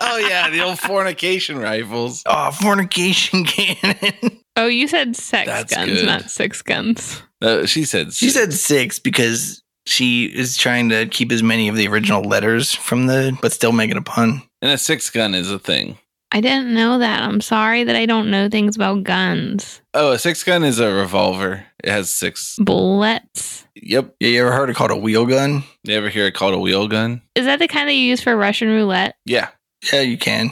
oh yeah, the old fornication rifles. Oh, fornication cannon. Oh, you said sex That's guns, good. not six guns. Uh, she said. She said six because she is trying to keep as many of the original letters from the, but still make it a pun. and a six gun is a thing. I didn't know that. I'm sorry that I don't know things about guns. Oh, a six gun is a revolver. It has six. Bullets. Yep. Yeah, you ever heard it called a wheel gun? You ever hear it called a wheel gun? Is that the kind that you use for Russian roulette? Yeah. Yeah, you can.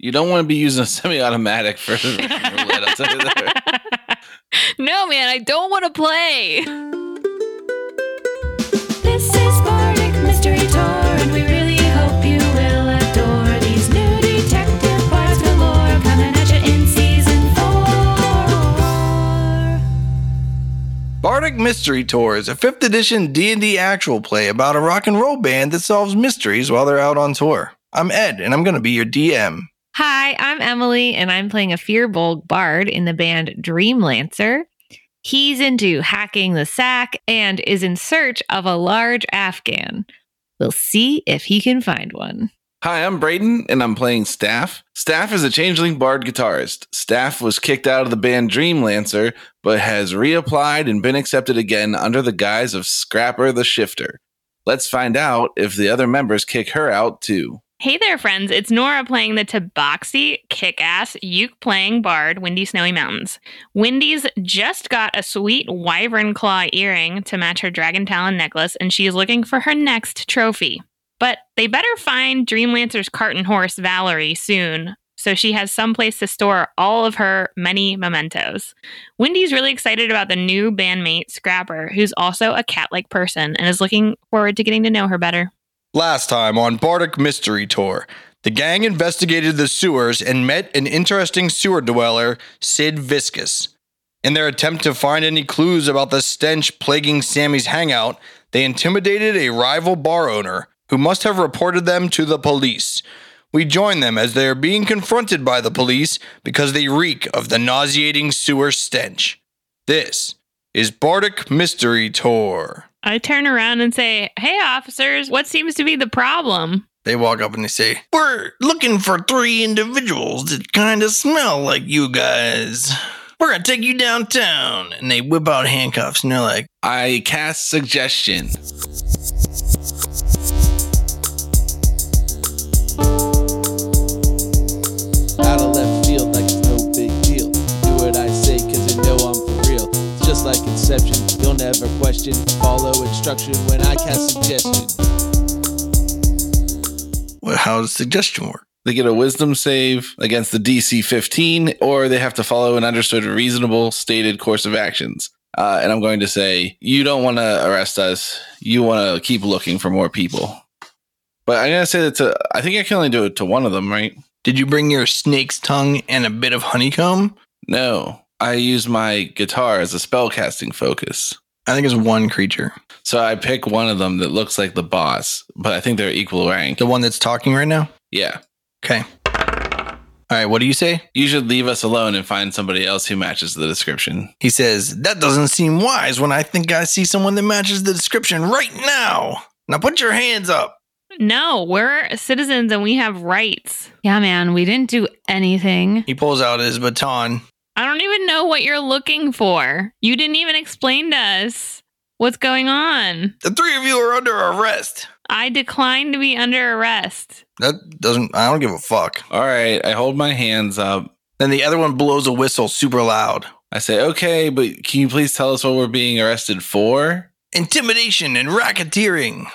You don't want to be using a semi-automatic for roulette. I'll tell you that. no, man, I don't want to play. This is Bardic Mystery Tour, and we really hope you will adore these new detective bars galore coming at you in season four. Bardic Mystery Tour is a 5th edition D&D actual play about a rock and roll band that solves mysteries while they're out on tour. I'm Ed, and I'm going to be your DM. Hi, I'm Emily, and I'm playing a Fearbolg bard in the band Dreamlancer. He's into hacking the sack and is in search of a large Afghan. We'll see if he can find one. Hi, I'm Braden, and I'm playing Staff. Staff is a changeling bard guitarist. Staff was kicked out of the band Dreamlancer, but has reapplied and been accepted again under the guise of Scrapper the Shifter. Let's find out if the other members kick her out too. Hey there, friends. It's Nora playing the Tabaxi, kick ass, uke playing bard, Windy Snowy Mountains. Windy's just got a sweet wyvern claw earring to match her dragon talon necklace, and she is looking for her next trophy. But they better find Dreamlancer's cart and horse, Valerie, soon, so she has someplace to store all of her many mementos. Wendy's really excited about the new bandmate, Scrapper, who's also a cat like person and is looking forward to getting to know her better. Last time on Bardic Mystery Tour, the gang investigated the sewers and met an interesting sewer dweller, Sid Viscus. In their attempt to find any clues about the stench plaguing Sammy's hangout, they intimidated a rival bar owner who must have reported them to the police. We join them as they are being confronted by the police because they reek of the nauseating sewer stench. This is Bardic Mystery Tour. I turn around and say, Hey, officers, what seems to be the problem? They walk up and they say, We're looking for three individuals that kind of smell like you guys. We're going to take you downtown. And they whip out handcuffs and they're like, I cast suggestion. out of left field like it's no big deal. Do what I say, cause I know I'm for real. It's just like Inception, you'll never question. Follow instruction when I cast suggestion. well, How does suggestion work? They get a wisdom save against the DC 15, or they have to follow an understood, reasonable, stated course of actions. Uh, and I'm going to say, you don't want to arrest us. You want to keep looking for more people. But I'm going to say that to, I think I can only do it to one of them, right? Did you bring your snake's tongue and a bit of honeycomb? No, I use my guitar as a spell casting focus. I think it's one creature. So I pick one of them that looks like the boss, but I think they're equal rank. The one that's talking right now? Yeah. Okay. All right, what do you say? You should leave us alone and find somebody else who matches the description. He says, That doesn't seem wise when I think I see someone that matches the description right now. Now put your hands up. No, we're citizens and we have rights. Yeah, man, we didn't do anything. He pulls out his baton. I don't even know what you're looking for. You didn't even explain to us what's going on. The three of you are under arrest. I decline to be under arrest. That doesn't, I don't give a fuck. All right, I hold my hands up. Then the other one blows a whistle super loud. I say, okay, but can you please tell us what we're being arrested for? Intimidation and racketeering.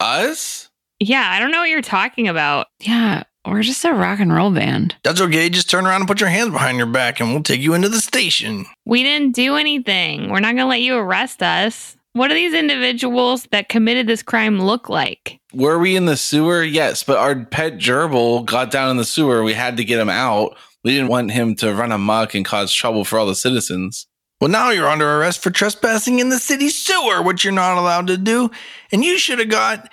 Us? Yeah, I don't know what you're talking about. Yeah, we're just a rock and roll band. That's okay. Just turn around and put your hands behind your back and we'll take you into the station. We didn't do anything. We're not going to let you arrest us. What do these individuals that committed this crime look like? Were we in the sewer? Yes, but our pet gerbil got down in the sewer. We had to get him out. We didn't want him to run amok and cause trouble for all the citizens. Well, now you're under arrest for trespassing in the city sewer, which you're not allowed to do. And you should have got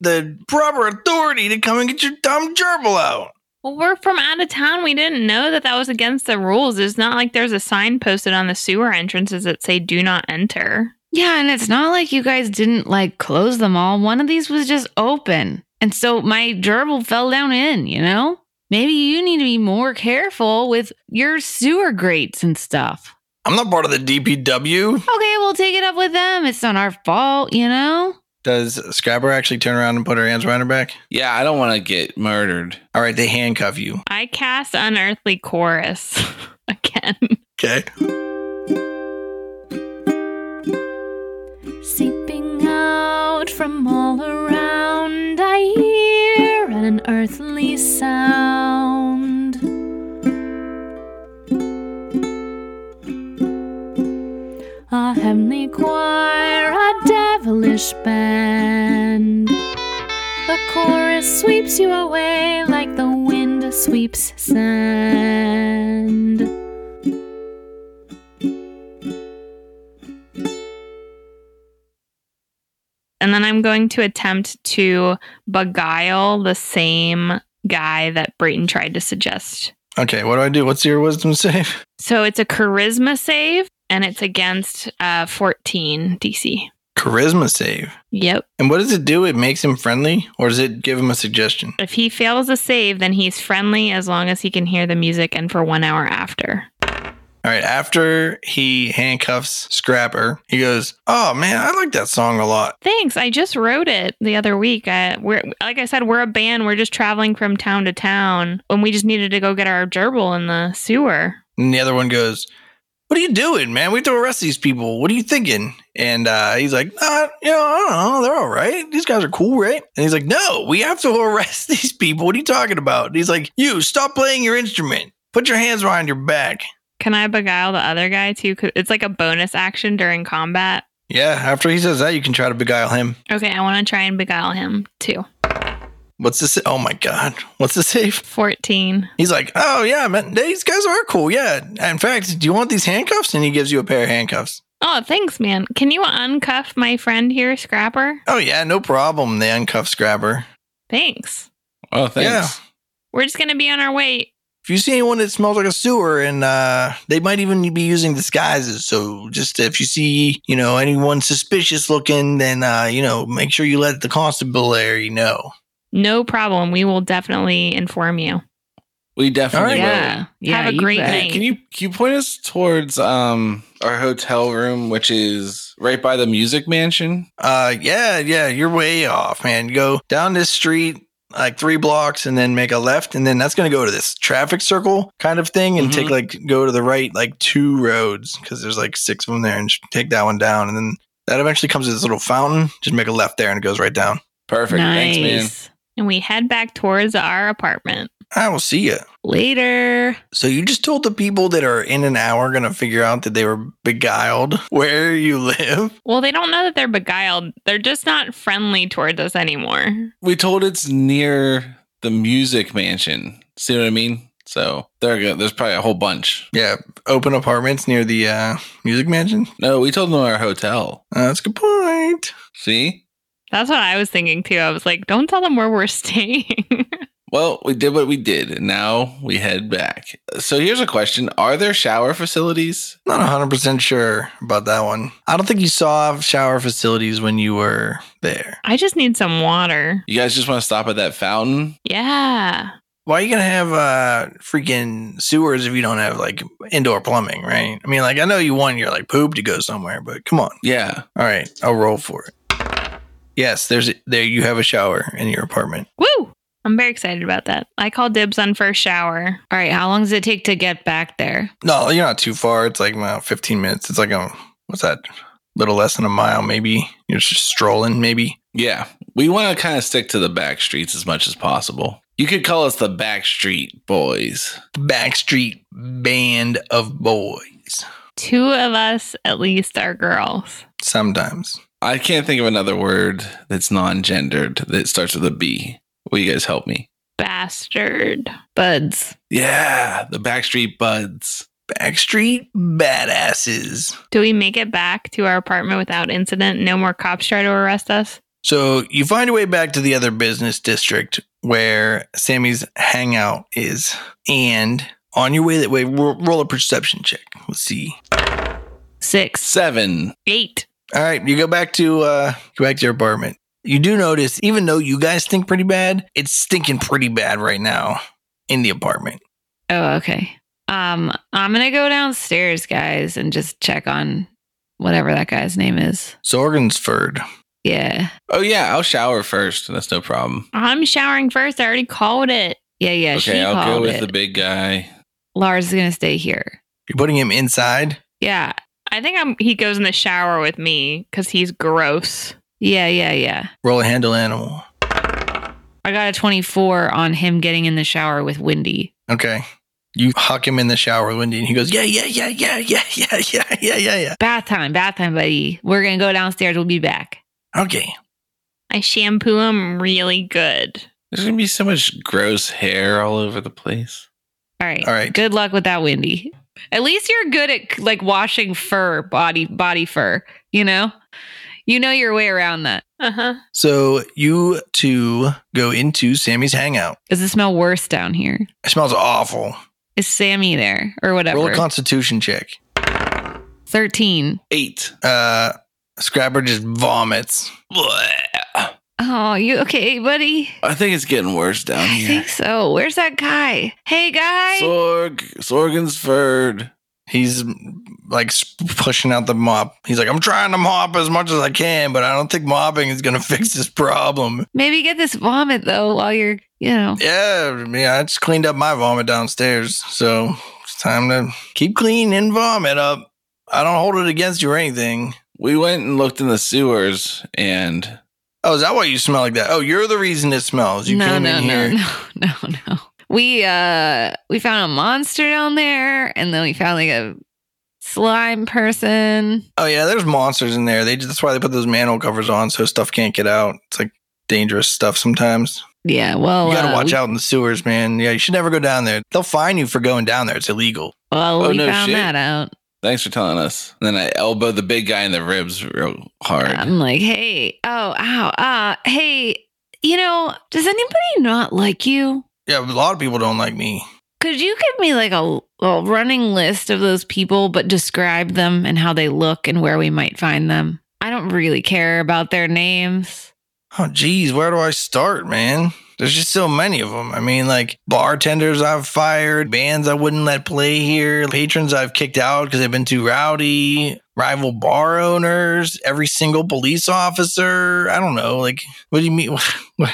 the proper authority to come and get your dumb gerbil out. Well, we're from out of town. We didn't know that that was against the rules. It's not like there's a sign posted on the sewer entrances that say "Do not enter." Yeah, and it's not like you guys didn't like close them all. One of these was just open. And so my gerbil fell down in, you know? Maybe you need to be more careful with your sewer grates and stuff. I'm not part of the DPW. Okay, we'll take it up with them. It's not our fault, you know? Does Scrabber actually turn around and put her hands around her back? Yeah, I don't want to get murdered. All right, they handcuff you. I cast Unearthly Chorus again. Okay. Seeping out from all around, I hear an earthly sound. A heavenly choir, a devilish band. The chorus sweeps you away like the wind sweeps sand. And then I'm going to attempt to beguile the same guy that Brayton tried to suggest. Okay, what do I do? What's your wisdom save? So it's a charisma save and it's against uh, 14 DC. Charisma save. Yep. And what does it do? It makes him friendly, or does it give him a suggestion? If he fails the save, then he's friendly as long as he can hear the music and for one hour after. All right, after he handcuffs Scrapper, he goes, Oh man, I like that song a lot. Thanks. I just wrote it the other week. I, we're like I said, we're a band. We're just traveling from town to town, and we just needed to go get our gerbil in the sewer. And the other one goes, What are you doing, man? We have to arrest these people. What are you thinking? And uh, he's like, uh, You know, I don't know. They're all right. These guys are cool, right? And he's like, No, we have to arrest these people. What are you talking about? And he's like, You stop playing your instrument. Put your hands behind your back. Can I beguile the other guy too? 'Cause it's like a bonus action during combat. Yeah, after he says that, you can try to beguile him. Okay, I want to try and beguile him too. What's this? Oh my God. What's the safe? 14. He's like, Oh, yeah, man. These guys are cool. Yeah. In fact, do you want these handcuffs? And he gives you a pair of handcuffs. Oh, thanks, man. Can you uncuff my friend here, Scrapper? Oh, yeah, no problem. They uncuff Scrapper. Thanks. Oh, thanks. Yeah. We're just going to be on our way. If you see anyone that smells like a sewer, and uh, they might even be using disguises, so just if you see, you know, anyone suspicious looking, then uh, you know, make sure you let the constable there, you know. No problem. We will definitely inform you. We definitely All right. will. Yeah. yeah Have a you great bet. night. Hey, can you can you point us towards um our hotel room, which is right by the music mansion? Uh, yeah, yeah, you're way off, man. Go down this street like three blocks, and then make a left, and then that's gonna go to this traffic circle kind of thing, and Mhm. take like go to the right like two roads because there's like six of them there, and just take that one down, and then that eventually comes to this little fountain. Just make a left there, and it goes right down. Perfect. Thanks, man. Nice. And we head back towards our apartment. I will see you. Later. So you just told the people that are in an hour gonna figure out that they were beguiled where you live. Well, they don't know that they're beguiled. They're just not friendly towards us anymore. We told it's near the music mansion. See what I mean? So there go. There's probably a whole bunch. Yeah, open apartments near the uh, music mansion. No, we told them our hotel. Uh, that's a good point. See? That's what I was thinking too. I was like, don't tell them where we're staying. Well, we did what we did, and now we head back. So here's a question: Are there shower facilities? Not 100% sure about that one. I don't think you saw shower facilities when you were there. I just need some water. You guys just want to stop at that fountain? Yeah. Why are you going to have uh, freaking sewers if you don't have like indoor plumbing, right? I mean, like, I know you want your like poop to go somewhere, but come on. Yeah. All right, I'll roll for it. Yes, there's there you have a shower in your apartment. Woo! I'm very excited about that. I call dibs on first shower. All right, how long does it take to get back there? No, you're not too far. It's like well, 15 minutes. It's like a what's that? Little less than a mile, maybe. You're just strolling, maybe. Yeah. We want to kind of stick to the back streets as much as possible. You could call us the back street boys. Backstreet band of boys. Two of us at least are girls. Sometimes. I can't think of another word that's non gendered that starts with a B. Will you guys help me? Bastard. Buds. Yeah. The backstreet buds. Backstreet badasses. Do we make it back to our apartment without incident? No more cops try to arrest us? So you find your way back to the other business district where Sammy's hangout is. And on your way that way, ro- roll a perception check. Let's see. Six. Seven. Eight. All right, you go back to uh go back to your apartment. you do notice, even though you guys think pretty bad, it's stinking pretty bad right now in the apartment. Oh, okay. Um, I'm gonna go downstairs, guys, and just check on whatever that guy's name is. Zorgensford. Yeah. Oh yeah, I'll shower first. That's no problem. I'm showering first. I already called it. Yeah, yeah. okay, she I'll go called with it. the big guy. Lars is gonna stay here. You're putting him inside. Yeah. I think I'm he goes in the shower with me because he's gross. Yeah, yeah, yeah. Roll a handle animal. I got a 24 on him getting in the shower with Wendy. Okay. You huck him in the shower, Wendy, and he goes, yeah, yeah, yeah, yeah, yeah, yeah, yeah, yeah, yeah, yeah. Bath time, bath time, buddy. We're gonna go downstairs. We'll be back. Okay. I shampoo him really good. There's gonna be so much gross hair all over the place. All right. All right. Good luck with that, Wendy. At least you're good at like washing fur, body body fur. You know, you know your way around that. Uh huh. So you two go into Sammy's hangout. Does it smell worse down here? It smells awful. Is Sammy there or whatever? Roll a constitution check. Thirteen. Eight. Uh, Scrapper just vomits. Blech. Oh, you okay, buddy? I think it's getting worse down I here. think so. Where's that guy? Hey, guy. Sorg Sorgensford. He's like sp- pushing out the mop. He's like, I'm trying to mop as much as I can, but I don't think mopping is gonna fix this problem. Maybe get this vomit though while you're, you know. Yeah, yeah, I just cleaned up my vomit downstairs, so it's time to keep clean and vomit up. I don't hold it against you or anything. We went and looked in the sewers and Oh, is that why you smell like that? Oh, you're the reason it smells. You no, came no, in no, here. no, no, no. We uh we found a monster down there, and then we found like a slime person. Oh yeah, there's monsters in there. They that's why they put those manhole covers on so stuff can't get out. It's like dangerous stuff sometimes. Yeah, well, you gotta uh, watch we, out in the sewers, man. Yeah, you should never go down there. They'll fine you for going down there. It's illegal. Well, Oh, we no found shit. that out. thanks for telling us. And then I elbowed the big guy in the ribs real hard. I'm like, hey, oh, ow, uh, hey, you know, does anybody not like you? Yeah, but a lot of people don't like me. Could you give me like a, a running list of those people, but describe them and how they look and where we might find them? I don't really care about their names. Oh geez, where do I start, man? There's just so many of them. I mean, like bartenders I've fired, bands I wouldn't let play here, patrons I've kicked out because they've been too rowdy, rival bar owners, every single police officer. I don't know. Like, what do you mean? What?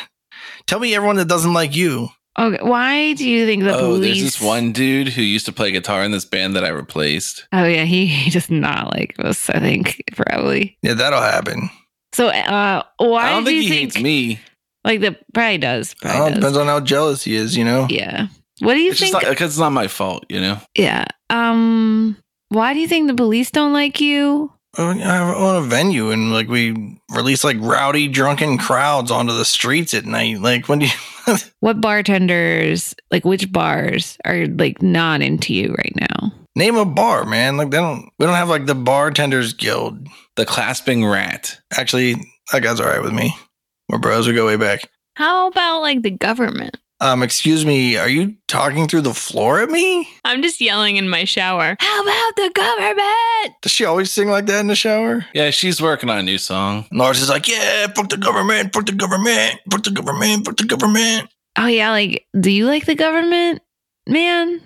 Tell me everyone that doesn't like you. Okay, why do you think the oh, police? there's this one dude who used to play guitar in this band that I replaced. Oh yeah, he, he does not like us. I think probably. Yeah, that'll happen. So uh, why I don't do think you he think hates me. like the probably does? I don't, Probably does. depends on how jealous he is, you know? Yeah. What do you It's just think? not because it's not my fault, you know. yeah. Um. Why do you think the police don't like you? Oh, yeah, I own a venue and like we release like rowdy, drunken crowds onto the streets at night. Like, when do you. What bartenders, like which bars, are like not into you right now? Name a bar, man. Like they don't we don't have like the bartenders guild. The clasping rat. Actually, that guy's alright with me. We're bros, we go way back. How about like the government? Um, excuse me, are you talking through the floor at me? I'm just yelling in my shower. How about the government? Does she always sing like that in the shower? Yeah, she's working on a new song. And Lars is like, yeah, fuck the government, fuck the government, fuck the government, fuck the government. Oh yeah, like do you like the government, man?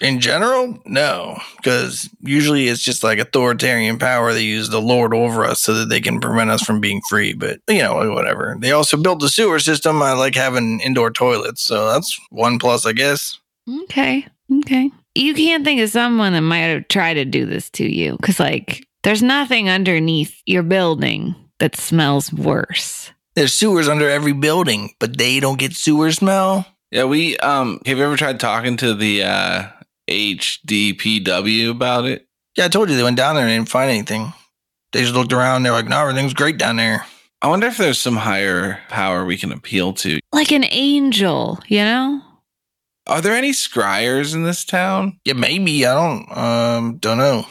In general, no, because usually it's just like authoritarian power. They use the Lord over us so that they can prevent us from being free. But you know, whatever. They also built the sewer system. I like having indoor toilets, so that's one plus, I guess. Okay, okay. You can't think of someone that might have tried to do this to you, because like there's nothing underneath your building that smells worse. There's sewers under every building, but they don't get sewer smell. Yeah, we um have you ever tried talking to the uh HDPW about it? Yeah, I told you they went down there and didn't find anything. They just looked around. They're like, no, everything's great down there. I wonder if there's some higher power we can appeal to. Like an angel, you know? Are there any scryers in this town? Yeah, maybe I don't. Um, don't know.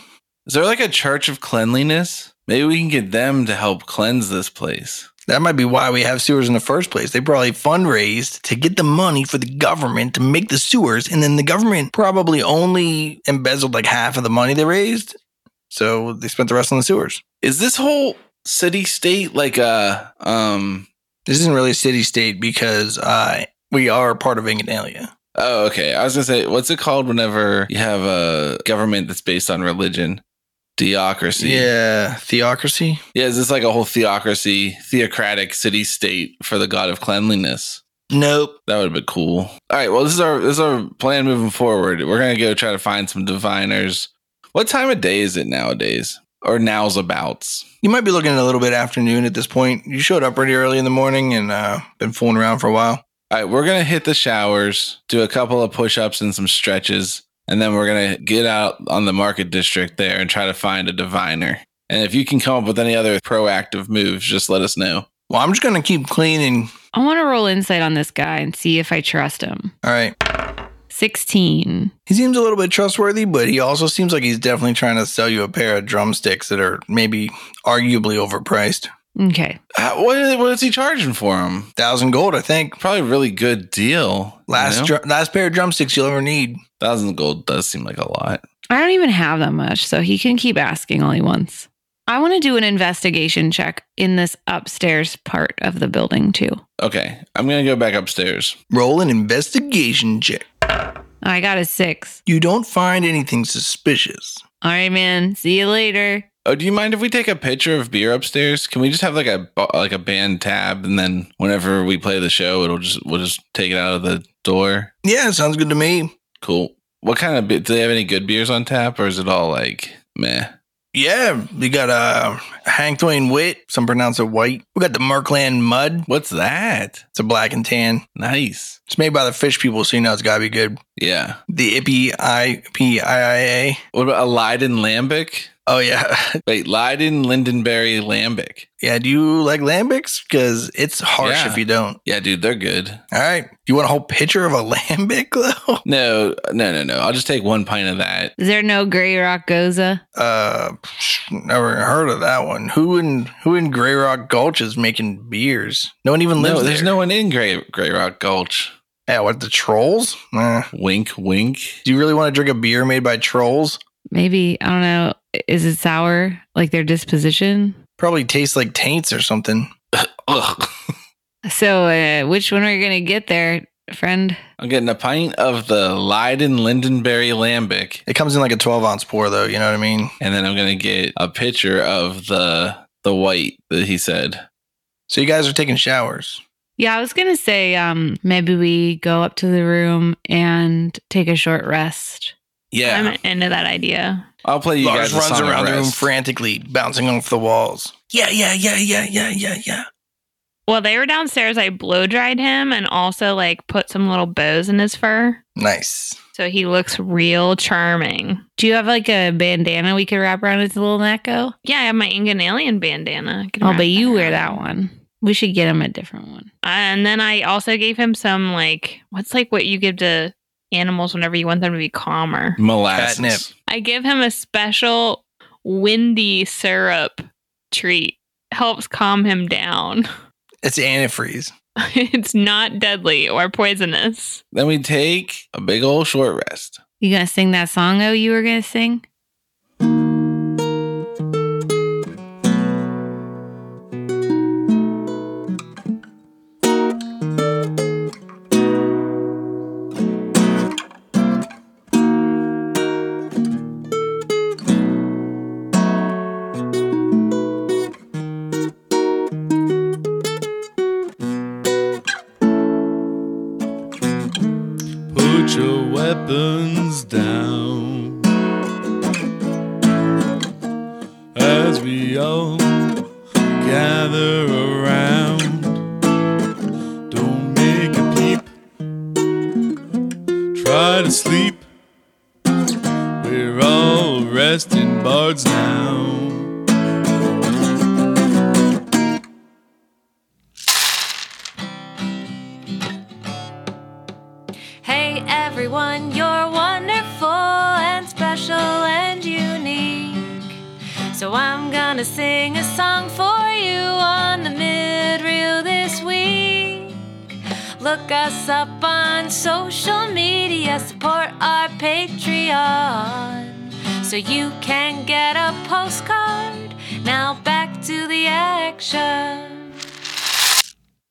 Is there like a church of cleanliness? Maybe we can get them to help cleanse this place. That might be why we have sewers in the first place. They probably fundraised to get the money for the government to make the sewers, and then the government probably only embezzled like half of the money they raised. So they spent the rest on the sewers. Is this whole city state like a uh, um This isn't really city state because uh, we are part of Inganalia. Oh, okay. I was gonna say, what's it called whenever you have a government that's based on religion? Theocracy. Yeah, theocracy. Yeah, is this like a whole theocracy, theocratic city state for the god of cleanliness? Nope. That would have been cool. All right. Well, this is our this is our plan moving forward. We're gonna go try to find some diviners. What time of day is it nowadays? Or now's abouts. You might be looking at a little bit afternoon at this point. You showed up pretty early in the morning and uh, been fooling around for a while. All right, we're gonna hit the showers, do a couple of push-ups and some stretches, and then we're gonna get out on the market district there and try to find a diviner. And if you can come up with any other proactive moves, just let us know. Well, I'm just gonna keep cleaning. I want to roll insight on this guy and see if I trust him. All right. 16. He seems a little bit trustworthy, but he also seems like he's definitely trying to sell you a pair of drumsticks that are maybe arguably overpriced. Okay. How, what, is, what is he charging for them? Thousand gold, I think. Probably a really good deal. you Last know? dru- last pair of drumsticks you'll ever need. thousand gold does seem like a lot. I don't even have that much, so he can keep asking all he wants. I want to do an investigation check in this upstairs part of the building, too. Okay, I'm gonna go back upstairs. Roll an investigation check. I got a six. You don't find anything suspicious. All right, man. See you later. Oh, do you mind if we take a picture of beer upstairs? Can we just have like a bo- like a band tab, and then whenever we play the show, it'll just we'll just take it out of the door. Yeah, sounds good to me. Cool. What kind of be- do they have any good beers on tap, or is it all like meh? Yeah, we got uh, Hank Twain Wit. Some pronounce it white. We got the Merkland Mud. What's that? It's a black and tan. Nice. It's made by the fish people, so you know it's gotta be good. Yeah. The Ippy I P I I A. What about a Leiden lambic? Oh yeah, Wait, Leiden Lindenberry lambic. yeah. Do you like lambics? Because it's harsh Yeah. if you don't. Yeah, dude, they're good. All right, you want a whole pitcher of a lambic though? No, no, no, no. I'll just take one pint of that. Is there no Grey Rock Goza? Uh, psh, never heard of that one. Who in who in Grey Rock Gulch is making beers? No one even lives No, there's there. no one in Gray Gray Rock Gulch. Yeah, what the trolls? Eh. Wink, wink. Do you really want to drink a beer made by trolls? Maybe, I don't know. Is it sour? Like their disposition? Probably tastes like taints or something. Ugh. So, uh, which one are you going to get there, friend? I'm getting a pint of the Leiden Lindenberry lambic, It comes in like a twelve ounce pour though. You know what I mean? and then I'm gonna get a picture of the the white that he said. So you guys are taking showers. Yeah, I was going to say um, maybe we go up to the room and take a short rest. Yeah, I'm into that idea. I'll play you Lars guys. runs around the room friend. frantically, bouncing off the walls. Yeah, yeah, yeah, yeah, yeah, yeah, yeah. While they were downstairs, I blow dried him and also like put some little bows in his fur. Nice. So he looks real charming. Do you have like a bandana we could wrap around his little neck? Oh, Yeah, I have my Ingan alien bandana. I can but wrap you around. wear that one. We should get him a different one. And then I also gave him some like what's like what you give to animals whenever you want them to be calmer. Molasses. Catnip. I give him a special windy syrup treat. Helps calm him down. It's antifreeze. it's not deadly or poisonous. Then we take a big old short rest. You gonna sing that song? Oh, you were gonna sing. Put your weapons down as we all gather around. Don't make a peep, try to sleep. We're all resting bards now. Hey everyone, you're wonderful and special and unique. So I'm gonna sing a song for you on the mid reel this week. Look us up on social media, support our Patreon, so you can get a postcard. Now back to the action.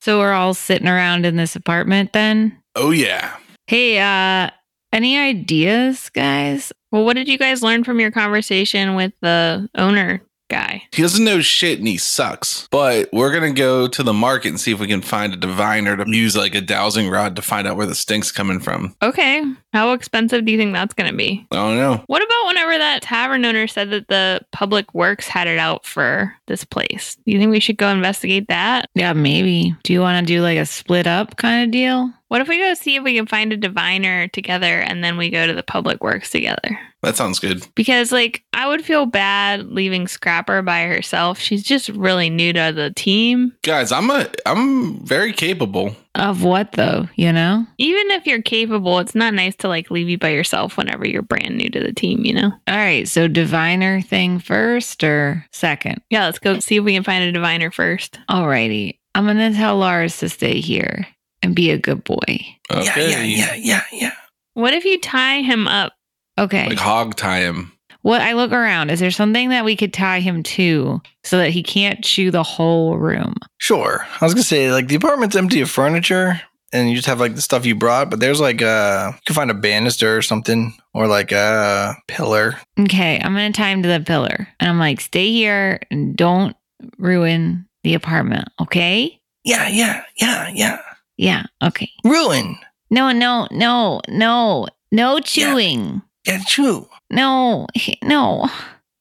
So we're all sitting around in this apartment then. Oh yeah. Hey, uh, any ideas, guys? Well, what did you guys learn from your conversation with the owner guy? He doesn't know shit and he sucks. But we're gonna go to the market and see if we can find a diviner to use like a dowsing rod to find out where the stink's coming from. Okay. How expensive do you think that's going to be? I don't know. What about whenever that tavern owner said that the public works had it out for this place? Do you think we should go investigate that? Yeah, maybe. Do you want to do like a split up kind of deal? What if we go see if we can find a diviner together and then we go to the public works together? That sounds good. Because, like, I would feel bad leaving Scrapper by herself. She's just really new to the team. Guys, I'm a I'm very capable. Of what though, you know? Even if you're capable, it's not nice to, like, leave you by yourself whenever you're brand new to the team, you know? All right, so diviner thing first or second? Yeah, let's go see if we can find a diviner first. All righty. I'm going to tell Lars to stay here and be a good boy. Okay. yeah, yeah. What if you tie him up? Okay. Like hog tie him. What I look around, is there something that we could tie him to so that he can't chew the whole room? Sure. I was gonna say like the apartment's empty of furniture, and you just have like the stuff you brought. But there's like uh you can find a banister or something, or like a pillar. Okay, I'm going to tie him to the pillar. And I'm like, stay here and don't ruin the apartment, okay? Yeah, yeah, yeah, yeah. Yeah, okay. Ruin. No, no, no, no, no chewing. Yeah, true. No, no.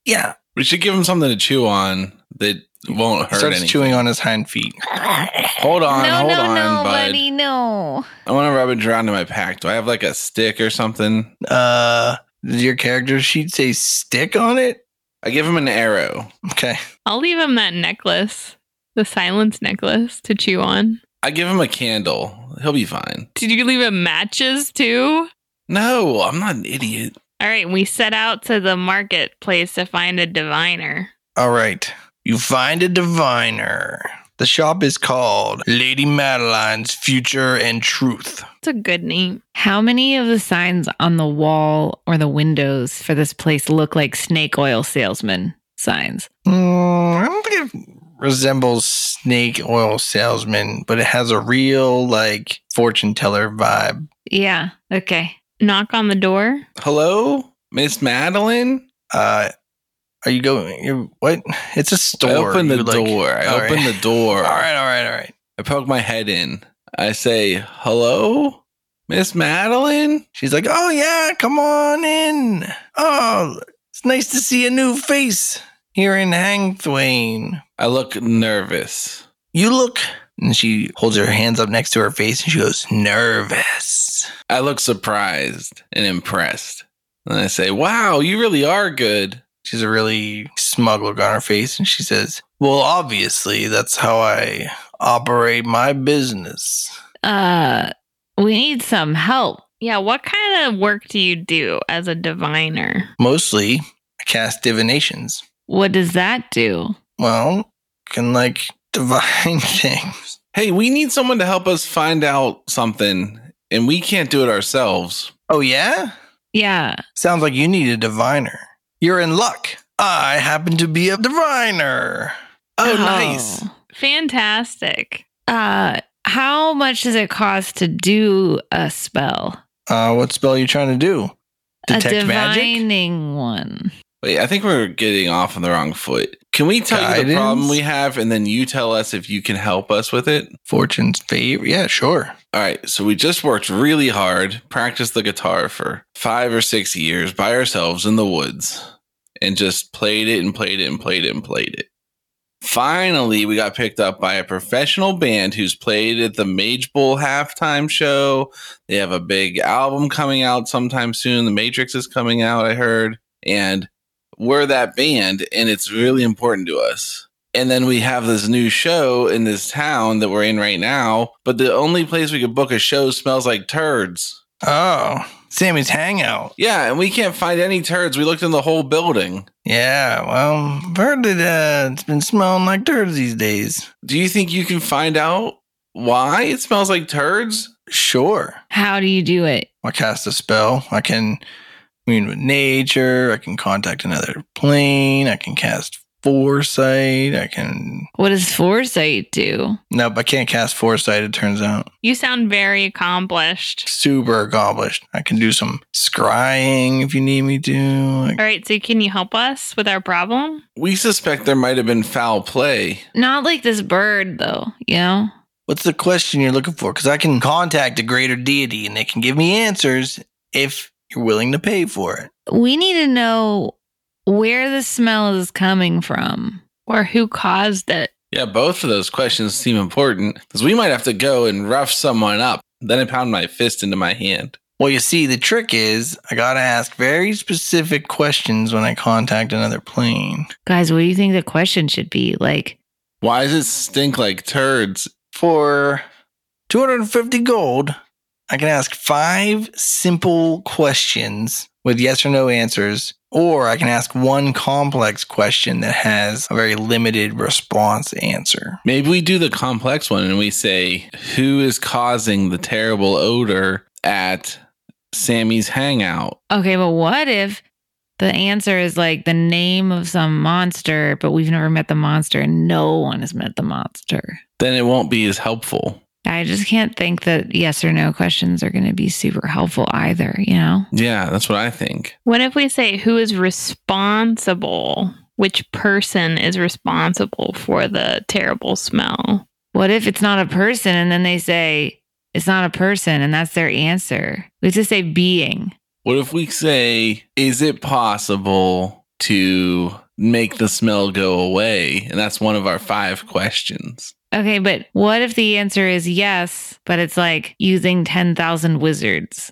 Yeah. We should give him something to chew on that won't He hurt starts anything. chewing on his hind feet. Hold on, no, hold no, on, bud. no, buddy, no. I want to rub it around in my pack. Do I have like a stick or something? Uh, does your character sheet say stick on it? I give him an arrow. Okay. I'll leave him that necklace, the silence necklace to chew on. I give him a candle. He'll be fine. Did you leave him matches too? No, I'm not an idiot. All right, we set out to the marketplace to find a diviner. All right. You find a diviner. The shop is called Lady Madeline's Future and Truth. It's a good name. How many of the signs on the wall or the windows for this place look like snake oil salesman signs? Mm, I don't think it resembles snake oil salesman, but it has a real like fortune teller vibe. Yeah, okay. Knock on the door. Hello, Miss Madeline. Uh, are you going? You're, what? It's a store. I open the You, like- door. I all open right. the door. All right, all right, all right. I poke my head in. I say, "Hello, Miss Madeline." She's like, "Oh yeah, come on in. Oh, it's nice to see a new face here in Hangthwain. I look nervous. You look." And she holds her hands up next to her face and she goes, "Nervous." I look surprised and impressed. And I say, "Wow, you really are good." She's a really smug look on her face, and she says, "Well, obviously, that's how I operate my business." Uh, we need some help. Yeah, what kind of work do you do as a diviner? Mostly, I cast divinations. What does that do? Well, can like divine things. Hey, we need someone to help us find out something, and we can't do it ourselves. Oh yeah, Yeah, sounds like you need a diviner. You're in luck. I happen to be a diviner. Oh, nice. Fantastic. Uh, how much does it cost to do a spell? Uh, what spell are you trying to do? a Detect magic. divining one. Wait, I think we're getting off on the wrong foot. Can we tell you the Guidance? problem we have, and then you tell us if you can help us with it? Fortune's favor. Yeah, sure. All right, so we just worked really hard, practiced the guitar for five or six years by ourselves in the woods, and just played it and played it and played it and played it. Finally, we got picked up by a professional band who's played at the Mage Bowl halftime show. They have a big album coming out sometime soon. The Matrix is coming out, I heard. And we're that band, and it's really important to us. And then we have this new show in this town that we're in right now, but the only place we could book a show smells like turds. Oh, Sammy's hangout. Yeah, and we can't find any turds. We looked in the whole building. Yeah, well, I've heard that uh, it's been smelling like turds these days. Do you think you can find out why it smells like turds? Sure. How do you do it? I cast a spell. I can commune with nature. I can contact another plane. I can cast foresight. I can. What does foresight do? Nope, I can't cast foresight. It turns out You sound very accomplished. super accomplished. I can do some scrying if you need me to. Like, All right, so can you help us with our problem? We suspect there might have been foul play. Not like this bird, though, you know? what's the question you're looking for? Because I can contact a greater deity and they can give me answers if you're willing to pay for it. We need to know where the smell is coming from. Or who caused it? Yeah, both of those questions seem important because we might have to go and rough someone up. Then I pound my fist into my hand. Well, you see, the trick is I gotta ask very specific questions when I contact another plane. Guys, what do you think the question should be? Like, Why does it stink like turds? For 250 gold, I can ask five simple questions with yes or no answers, or I can ask one complex question that has a very limited response answer. Maybe we do the complex one and we say, who is causing the terrible odor at Sammy's hangout? okay, but what if the answer is like the name of some monster, but we've never met the monster and no one has met the monster? Then it won't be as helpful. I just can't think that yes or no questions are going to be super helpful either, you know? Yeah, that's what I think. What if we say who is responsible? Which person is responsible for the terrible smell? What if it's not a person and then they say it's not a person and that's their answer? We just say being. What if we say, is it possible to make the smell go away? And that's one of our five questions. Okay, but what if the answer is yes, but it's like using 10,000 wizards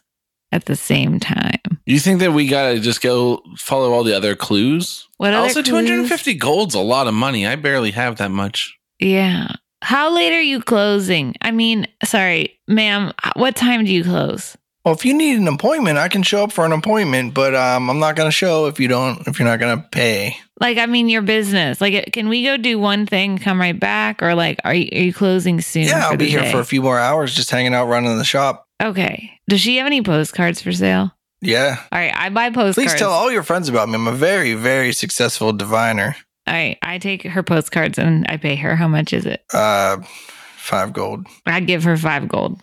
at the same time? You think that we gotta just go follow all the other clues? What other also, clues? 250 gold's a lot of money. I barely have that much. Yeah. How late are you closing? I mean, sorry, ma'am, what time do you close? Well, if you need an appointment, I can show up for an appointment, but um, I'm not gonna show if you don't if you're not gonna pay. Like, I mean, your business. Like, uh, can we go do one thing, come right back, or like, are you, are you closing soon? Yeah, I'll the be here day? for a few more hours, just hanging out, running the shop. Okay. Does she have any postcards for sale? Yeah. All right, I buy postcards. Please tell all your friends about me. I'm a very, very successful diviner. All right, I take her postcards and I pay her. How much is it? Uh, five gold. I give her five gold.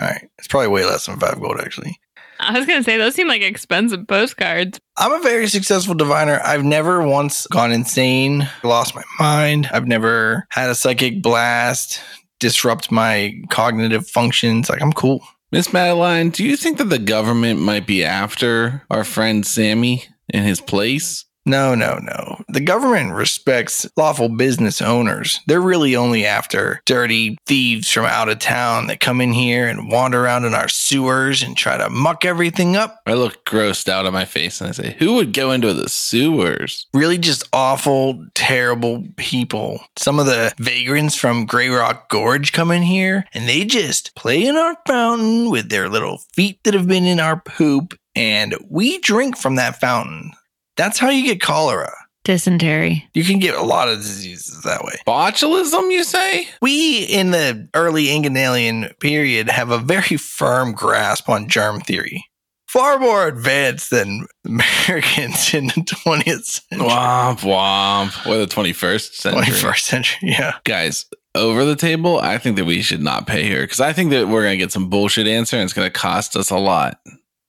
All right, it's probably way less than five gold actually. I was going to say those seem like expensive postcards. I'm a very successful diviner. I've never once gone insane, lost my mind. I've never had a psychic blast disrupt my cognitive functions. Like I'm cool. Miss Madeline, do you think that the government might be after our friend Sammy and his place? No, no, no. The government respects lawful business owners. They're really only after dirty thieves from out of town that come in here and wander around in our sewers and try to muck everything up. I look grossed out on my face and I say, Who would go into the sewers? Really just awful, terrible people. Some of the vagrants from Grey Rock Gorge come in here and they just play in our fountain with their little feet that have been in our poop, and we drink from that fountain. That's how you get cholera. Dysentery. You can get a lot of diseases that way. Botulism, you say? We in the early Inganalian period have a very firm grasp on germ theory, far more advanced than Americans in the 20th century. Womp womp. Or the 21st century. 21st century, yeah. Guys, over the table, I think that we should not pay here because I think that we're going to get some bullshit answer and it's going to cost us a lot.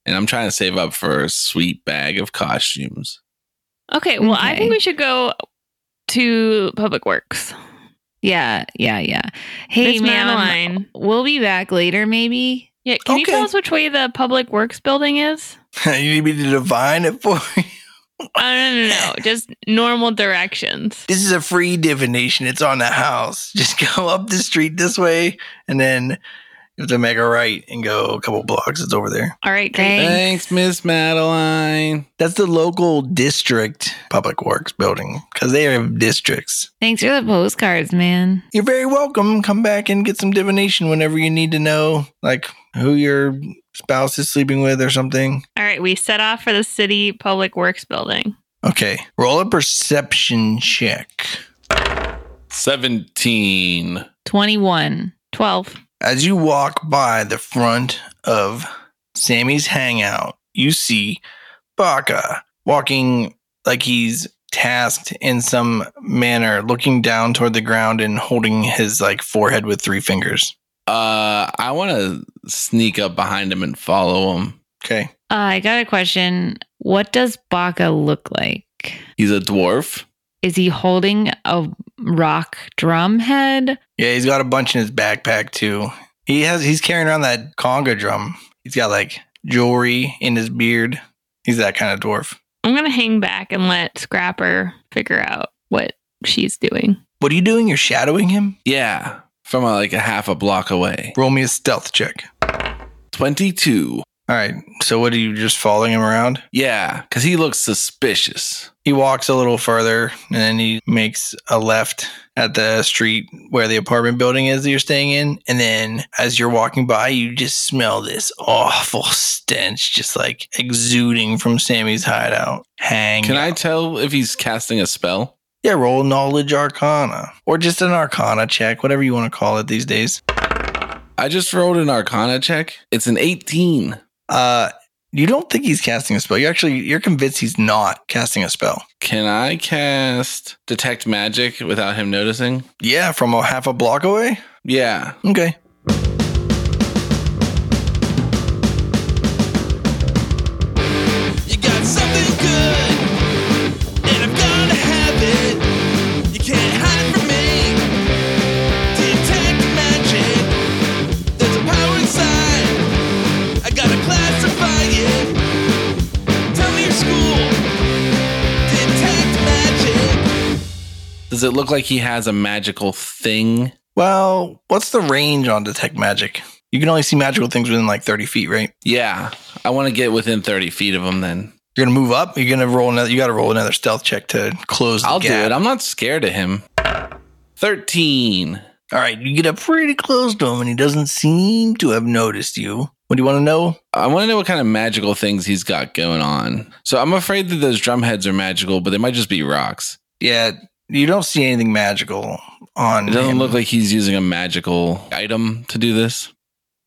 And I'm trying to save up for a sweet bag of costumes. Okay, well, I think Okay. we should go to Public Works. Yeah, yeah, yeah. Hey, Miss ma'am, Madeline. we'll be back later, maybe. Yeah, can you Okay. tell us which way the Public Works building is? you need me to divine it for you? Oh, no, no, no, no. Just normal directions. This is a free divination. It's on the house. Just go up the street this way, and then you have to make a right and go a couple blocks. It's over there. All right, great. Thanks. Thanks, Miss Madeline. That's the local district public works building because they have districts. Thanks for the postcards, man. You're very welcome. Come back and get some divination whenever you need to know, like who your spouse is sleeping with or something. All right, we set off for the city Public Works building. Okay, roll a perception check. 17. 21. Uh, 12. As you walk by the front of Sammy's hangout, you see Baka walking like he's tasked in some manner, looking down toward the ground and holding his like forehead with three fingers. Uh, I want to sneak up behind him and follow him. Okay. Uh, I got a question. What does Baka look like? He's a dwarf. Is he holding a rock drum head? Yeah, he's got a bunch in his backpack too. He has he's carrying around that conga drum. He's got like jewelry in his beard. He's that kind of dwarf. I'm going to hang back and let Scrapper figure out what she's doing. What are you doing? You're shadowing him? Yeah, from uh like a half a block away. Roll me a stealth check. Twenty-two. All right. So what are you just following him around? Yeah, because he looks suspicious. He walks a little further and then he makes a left at the street where the apartment building is that you're staying in. And then as you're walking by, you just smell this awful stench just like exuding from Sammy's hideout. Hang. Can I out. tell if he's casting a spell? yeah, roll knowledge arcana or just an arcana check, whatever you want to call it these days. I just rolled an Arcana check. It's an eighteen. Uh, you don't think he's casting a spell. You actually, you're convinced he's not casting a spell. Can I cast detect magic without him noticing? Yeah, from a half a block away. Yeah. Okay. You got something good, and I'm gonna have it. You can't hide from me. Detect magic. There's a power inside. I gotta classify it. Tell me your school. Detect magic. Does it look like he has a magical thing? Well, what's the range on detect magic? You can only see magical things within like 30 feet, right? Yeah. I want to get within 30 feet of him then. You're gonna move up. You're gonna roll another. You gotta roll another stealth check to close. The I'll do gap. it. I'm not scared of him. 13. All right, you get up pretty close to him, and he doesn't seem to have noticed you. What do you want to know? I want to know what kind of magical things he's got going on. So I'm afraid that those drum heads are magical, but they might just be rocks. Yeah, you don't see anything magical on. It doesn't him. look like he's using a magical item to do this.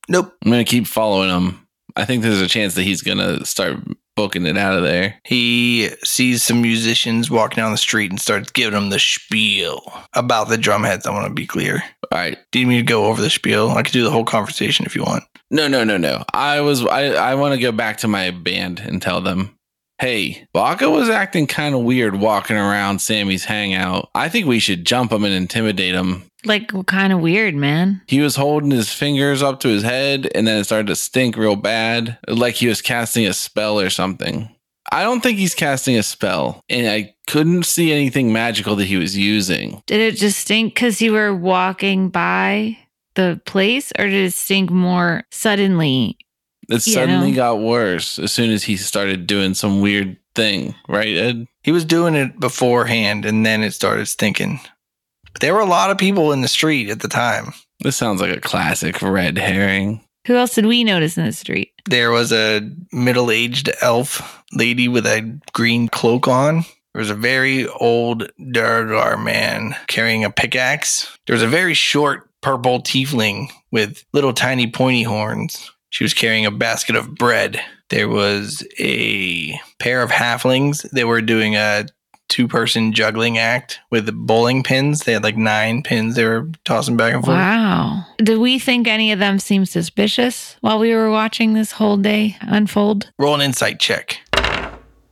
Nope. I'm going to keep following him. I think there's a chance that he's going to start booking it out of there. He sees some musicians walking down the street and starts giving them the spiel about the drumheads. I want to be clear. All right. Do you need me to go over the spiel? I could do the whole conversation if you want. No, no, no, no. I was I I want to go back to my band and tell them, "Hey, Baka was acting kind of weird walking around Sammy's hangout. I think we should jump him and intimidate him." Like, what kind of weird, man? He was holding his fingers up to his head and then it started to stink real bad, like he was casting a spell or something. I don't think he's casting a spell, and I couldn't see anything magical that he was using. Did it just stink because you were walking by the place, or did it stink more suddenly? It Yeah. suddenly got worse as soon as he started doing some weird thing, right, Ed? He was doing it beforehand and then it started stinking. But there were a lot of people in the street at the time. This sounds like a classic red herring. Who else did we notice in the street? There was a middle aged elf lady with a green cloak on. There was a very old Durgar man carrying a pickaxe. There was a very short purple tiefling with little tiny pointy horns. She was carrying a basket of bread. There was a pair of halflings. They were doing a two person juggling act with bowling pins. They had like nine pins they were tossing back and forth. Wow. Did we think any of them seemed suspicious while we were watching this whole day unfold? Roll an insight check.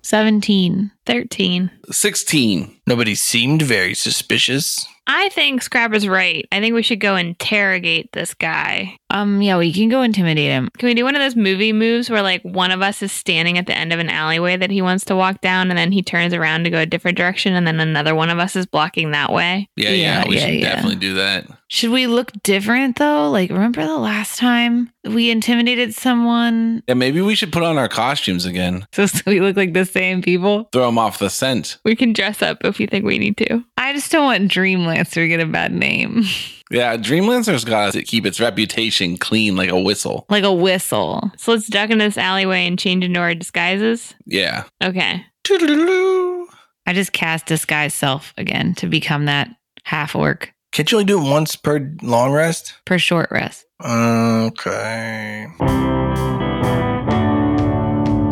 17. 13. 16. Nobody seemed very suspicious. I think Scrapper's right. I think we should go interrogate this guy. Um, yeah, we can go intimidate him. Can we do one of those movie moves where, like, one of us is standing at the end of an alleyway that he wants to walk down, and then he turns around to go a different direction, and then another one of us is blocking that way? Yeah, yeah, Yeah, we yeah, should yeah. definitely do that. Should we look different though? Like, remember the last time we intimidated someone? Yeah, maybe we should put on our costumes again. So, so we look like the same people? Throw him off the scent. We can dress up if you think we need to. I just don't want Dreamlancer to get a bad name. Yeah, Dreamlancer's got to keep its reputation clean like a whistle. like a whistle. So let's duck into this alleyway and change into our disguises. Yeah. Okay. Toodaloo. I just cast disguise self again to become that half orc Can't you only do it once per long rest? per short rest. Okay.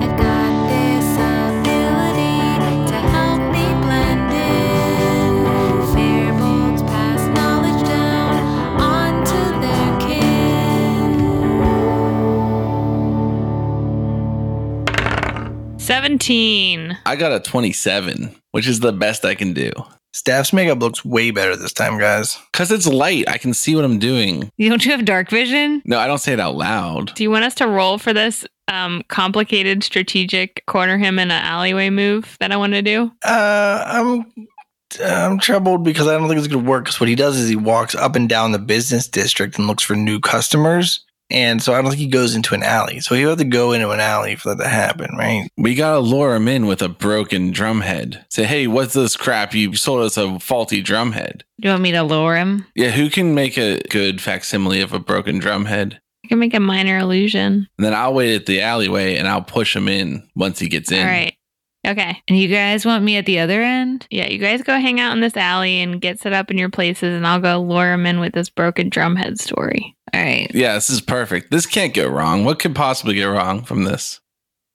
I've got this ability to help me blend 17. I got a 27, which is the best I can do. Staff's makeup looks way better this time, guys. Because it's light, I can see what I'm doing. You don't you have dark vision? No, I don't say it out loud. Do you want us to roll for this um, complicated strategic corner him in an alleyway move that I want to do? Uh, I'm I'm troubled because I don't think it's gonna work. Because what he does is he walks up and down the business district and looks for new customers, and so I don't think he goes into an alley. So he'll have to go into an alley for that to happen, right? We gotta lure him in with a broken drumhead. Say, hey, what's this crap? You sold us a faulty drumhead. Do you want me to lower him? Yeah, who can make a good facsimile of a broken drumhead? I can make a minor illusion. And then I'll wait at the alleyway and I'll push him in once he gets in. All right. Okay. And you guys want me at the other end? Yeah, you guys go hang out in this alley and get set up in your places, and I'll go lure him in with this broken drumhead story. All right. Yeah, this is perfect. This can't go wrong. What could possibly go wrong from this?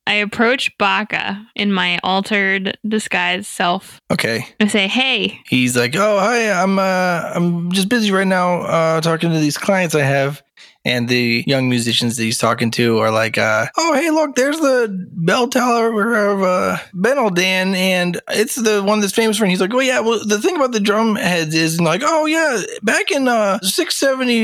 I approach Baka in my altered disguised self Okay. and say, Hey, He's like, "Oh, hi, I'm uh, I'm just busy right now, uh, talking to these clients I have." And the young musicians that he's talking to are like, uh, "Oh, hey, look, there's the bell tower of uh, Ben Aldan, and it's the one that's famous for." And he's like, "Oh yeah, well, the thing about the drum heads is, and like, oh yeah, back in uh,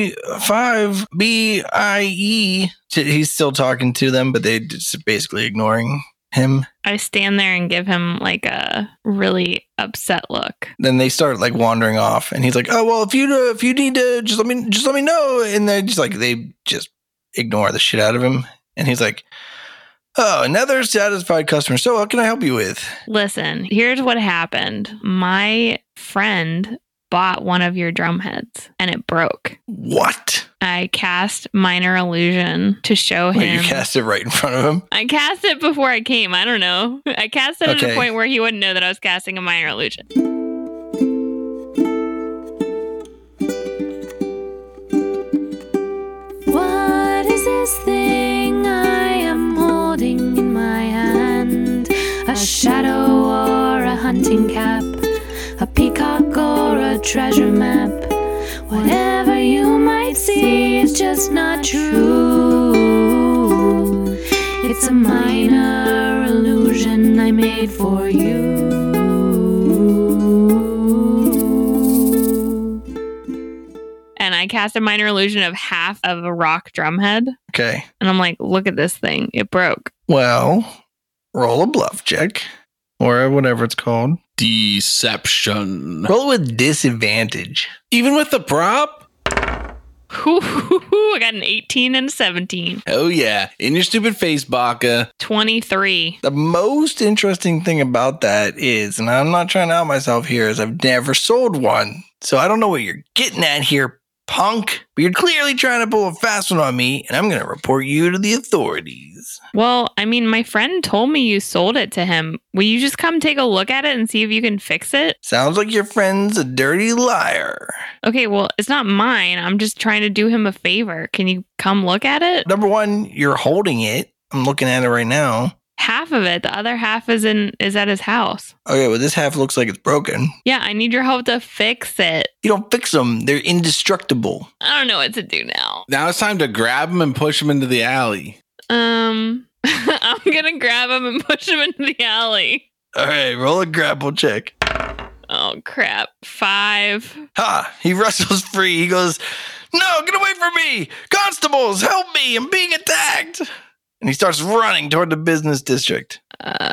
675 BIE." E," He's still talking to them, but they just basically ignoring him. I stand there and give him like a really upset look. then they start like wandering off and he's like oh well if you uh, if you need to just let me just let me know and they just like they just ignore the shit out of him and he's like oh another satisfied customer so what can i help you with Listen, here's what happened. My friend bought one of your drumheads and it broke. what I cast minor illusion to show Wait, him. you cast it right in front of him I cast it before I came. I don't know. I cast it at Okay. a point where he wouldn't know that I was casting a minor illusion. What is this thing I am holding in my hand? A shadow or a hunting cap? A peacock or a treasure map? Whatever you might see is just not true. It's a minor illusion I made for you. And I cast a minor illusion of half of a rock drumhead. okay And I'm like, look at this thing. It broke. well roll a bluff check or whatever it's called Deception. roll with disadvantage Even with the prop? Hoo, hoo, hoo. I got an 18 and a 17. Oh, yeah. In your stupid face, Baka. 23. The most interesting thing about that is, and I'm not trying to out myself here, is I've never sold one. So I don't know what you're getting at here, punk. But you're clearly trying to pull a fast one on me, and I'm going to report you to the authorities. Well, I mean, my friend told me you sold it to him. Will you just come take a look at it and see if you can fix it? Sounds like your friend's a dirty liar. Okay, well, it's not mine. I'm just trying to do him a favor. Can you come look at it? Number one, you're holding it. I'm looking at it right now. Half of it, the other half is in is at his house. Okay, well, this half looks like it's broken. Yeah, I need your help to fix it. You don't fix them, they're indestructible. I don't know what to do now. Now it's time to grab him and push him into the alley. Um I'm gonna grab him and push him into the alley. All right, roll a grapple check. Oh crap. Five. Ha! He wrestles free. He goes, No, get away from me! Constables, help me! I'm being attacked! And he starts running toward the business district. Uh,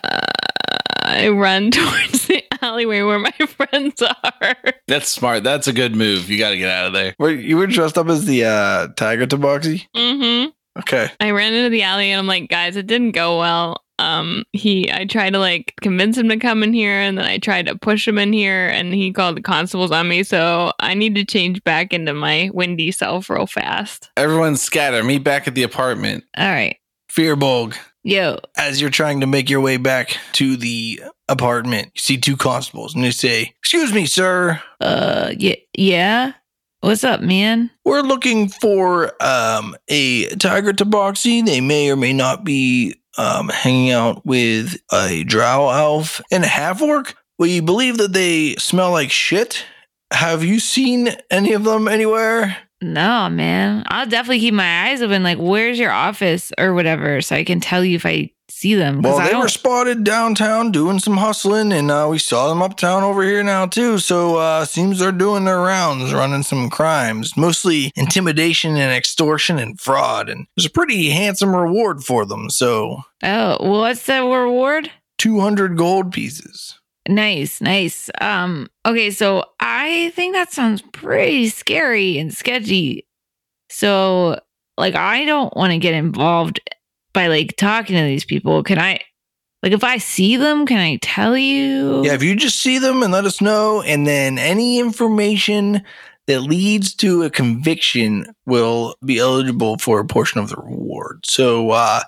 I run towards the alleyway where my friends are. That's smart. That's a good move. You got to get out of there. Were you were dressed up as the uh, tiger tabaxi? Mm-hmm. Okay. I ran into the alley and I'm like, guys, it didn't go well. Um, he, I tried to like convince him to come in here, and then I tried to push him in here, and he called the constables on me. So I need to change back into my windy self real fast. Everyone scatter. Meet back at the apartment. All right. Fearbog, Yo, as you're trying to make your way back to the apartment, you see two constables and they say, Excuse me, sir. uh, yeah, yeah. What's up, man? We're looking for um, a tiger tabaxi. They may or may not be um, hanging out with a drow elf and a half orc. We believe that they smell like shit. Have you seen any of them anywhere? No, man. I'll definitely keep my eyes open. Like, where's your office or whatever, so I can tell you if I see them. 'cause Well, I they don't- were spotted downtown doing some hustling, and uh, we saw them uptown over here now too. So uh, seems they're doing their rounds, running some crimes, mostly intimidation and extortion and fraud. And there's a pretty handsome reward for them. So Oh, well, what's the reward? two hundred gold pieces. Nice, nice. Um, okay, so I think that sounds pretty scary and sketchy. So, like, I don't want to get involved by like talking to these people. Can I, like, if I see them, can I tell you? Yeah, if you just see them and let us know, and then any information that leads to a conviction will be eligible for a portion of the reward. So uh,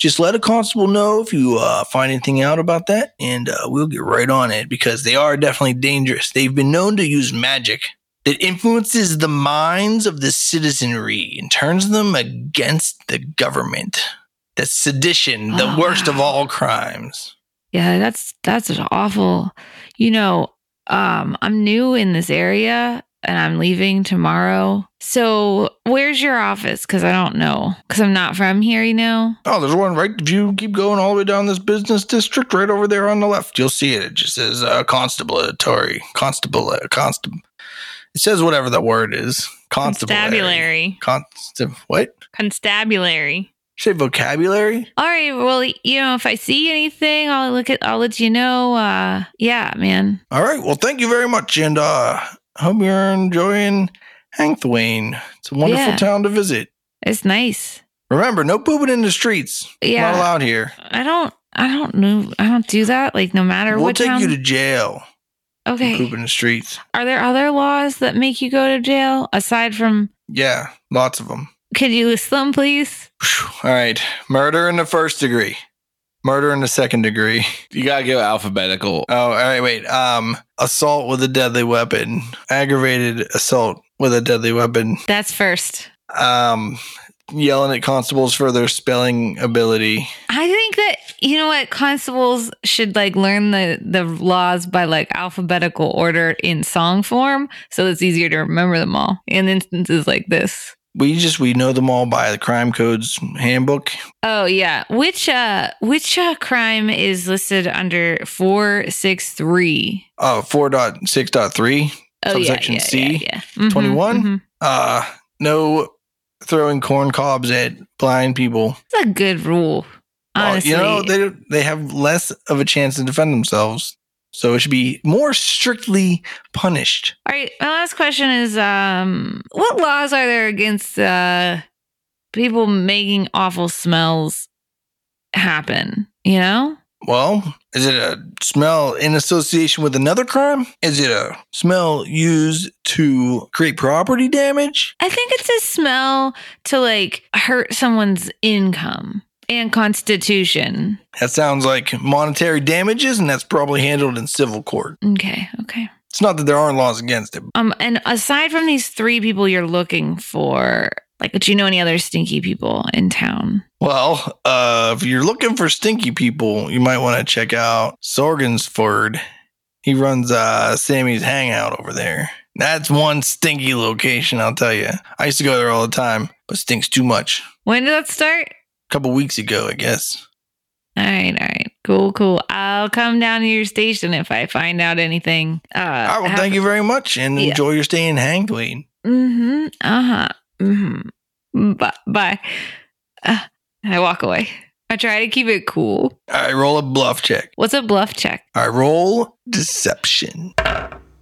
just let a constable know if you uh, find anything out about that, and uh, we'll get right on it because they are definitely dangerous. They've been known to use magic that influences the minds of the citizenry and turns them against the government. That's sedition, the Oh, worst of wow. all crimes. Yeah, that's that's an awful. You know, um, I'm new in this area and I'm leaving tomorrow. So, where's your office? Because I don't know. Because I'm not from here, you know. Oh, there's one right. If you keep going all the way down this business district, right over there on the left, you'll see it. It just says uh, constabulatory, constable, constable. It says whatever that word is. Constabulary. Constabulary. Constab. What? Constabulary. Say vocabulary. All right. Well, you know, if I see anything, I'll look at. I'll let you know. Uh, yeah, man. All right. Well, thank you very much, and uh, hope you're enjoying Hanthwain. It's a wonderful Yeah. town to visit. It's nice. Remember, no pooping in the streets. Yeah. Not allowed here. I don't. I don't know. I don't do that. Like, no matter uh, we'll what take town. you to jail. if you Poop okay. in the streets. Are there other laws that make you go to jail aside from? Yeah, lots of them. Could you list them, please? Phew. All right. Murder in the first degree. Murder in the second degree. You gotta go alphabetical. Oh, all right, wait. Um assault with a deadly weapon. Aggravated assault with a deadly weapon. That's first. Um yelling at constables for their spelling ability. I think that you know what constables should like learn the the laws by like alphabetical order in song form, so it's easier to remember them all in instances like this. We just we know them all by the crime codes handbook. Oh yeah, which uh which uh, crime is listed under four six three? Uh 4.6.3. Oh yeah, Subsection yeah, C, yeah, yeah. Mhm, 21? mhm. Uh no throwing corn cobs at blind people. That's a good rule. Well, Honestly, you know they don't- they have less of a chance to defend themselves, so it should be more strictly punished. All right. My last question is um what laws are there against uh people making awful smells happen, you know? Well, is it a smell in association with another crime? Is it a smell used to create property damage? I think it's a smell to like hurt someone's income and constitution. That sounds like monetary damages, and that's probably handled in civil court. Okay, okay. It's not that there aren't laws against it. Um and aside from these 3 people you're looking for, like do you know any other stinky people in town? Well, uh, if you're looking for stinky people, you might want to check out Sorgensford. He runs uh, Sammy's Hangout over there. That's one stinky location, I'll tell you. I used to go there all the time, but stinks too much. When did that start? A couple weeks ago, I guess. All right, all right. Cool, cool. I'll come down to your station if I find out anything. Uh, All right, well, thank you very much and Yeah. enjoy your stay in Hangtwain. Mm-hmm. Uh-huh. Mm-hmm. Bye. bye. Uh, I walk away. I try to keep it cool. All right, roll a bluff check. What's a bluff check? All right, roll deception.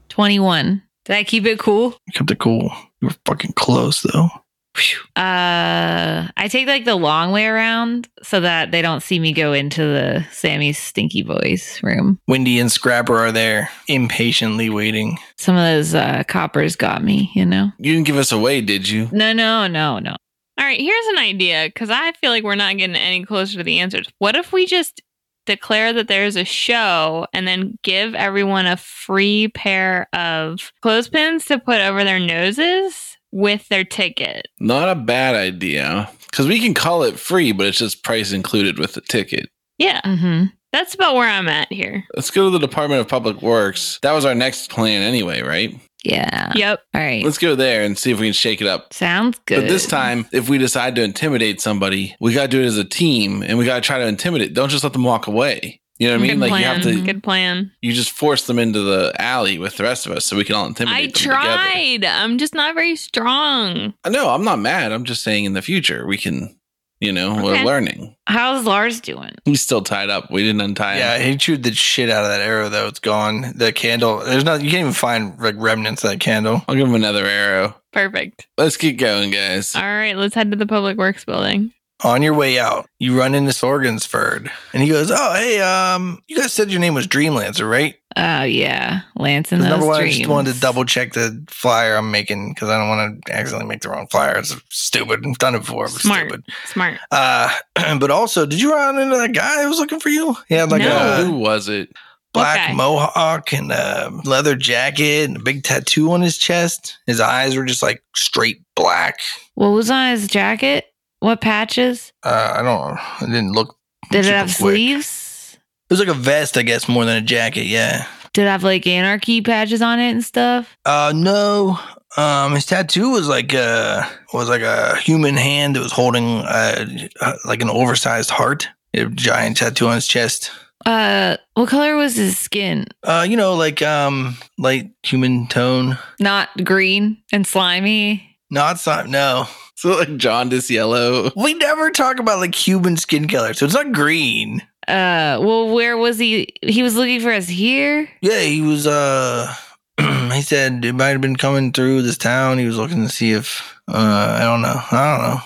21. Did I keep it cool? You kept it cool. You were fucking close, though. Phew. Uh, I take like the long way around so that they don't see me go into the Sammy's stinky boys room. Wendy and Scrapper are there, impatiently waiting. Some of those uh, coppers got me, you know? You didn't give us away, did you? No, no, no, no. All right, here's an idea because I feel like we're not getting any closer to the answers. What if we just declare that there's a show and then give everyone a free pair of clothespins to put over their noses with their ticket? Not a bad idea. Because we can call it free, but it's just price included with the ticket. Yeah, Mm-hmm. that's about where I'm at here. Let's go to the Department of Public Works. That was our next plan anyway, right? Yeah. Yep. All right. Let's go there and see if we can shake it up. Sounds good. But this time, if we decide to intimidate somebody, we got to do it as a team and we got to try to intimidate. Don't just let them walk away. You know what I mean? Good Like plan. you have to, Good plan. you just force them into the alley with the rest of us so we can all intimidate I them together. tried. I'm just not very strong. No, I'm not mad. I'm just saying in the future we can, you know, Okay. we're learning. How's Lars doing? He's still tied up. We didn't untie him. Yeah, he chewed the shit out of that arrow though. It's gone. The candle. There's not. You can't even find like remnants of that candle. I'll give him another arrow. Perfect. Let's get going, guys. All right, let's head to the public works building. On your way out, you run into Sorgensford, and he goes, "Oh, hey, um, you guys said your name was Dreamlancer, right?" Oh yeah, Lance and That's those number one, I dreams. just wanted to double check the flyer I'm making because I don't want to accidentally make the wrong flyer. It's stupid. I've done it before. It was Smart. Stupid. Smart. Uh, but also, did you run into that guy that was looking for you? He had like Uh, a who was it? black guy? mohawk and a leather jacket and a big tattoo on his chest. His eyes were just like straight black. What was on his jacket? What patches? Uh, I don't. I didn't look. Did it Super have quick. sleeves? It was like a vest, I guess, more than a jacket. Yeah. Did it have like anarchy patches on it and stuff? Uh, no. Um, his tattoo was like a was like a human hand that was holding uh, uh, like an oversized heart. A giant tattoo on his chest. Uh, what color was his skin? Uh, you know, like um, light human tone. Not green and slimy. Not slime. No, So like jaundice yellow. we never talk about like human skin color, so it's not green. Uh, well, where was he? He was looking for us here. Yeah, he was. Uh, he said it might have been coming through this town. He was looking to see if uh, I don't know. I don't know.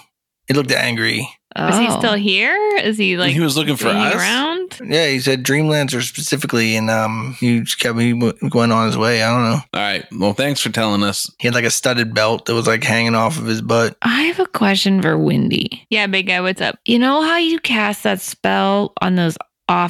He looked angry. Is he Oh. still here? Is he like he was looking for hanging us. around? Yeah, he said Dreamlancer specifically, and um, he just kept he w- going on his way. I don't know. All right. Well, thanks for telling us. He had like a studded belt that was like hanging off of his butt. I have a question for Wendy. Yeah, big guy, what's up? You know how you cast that spell on those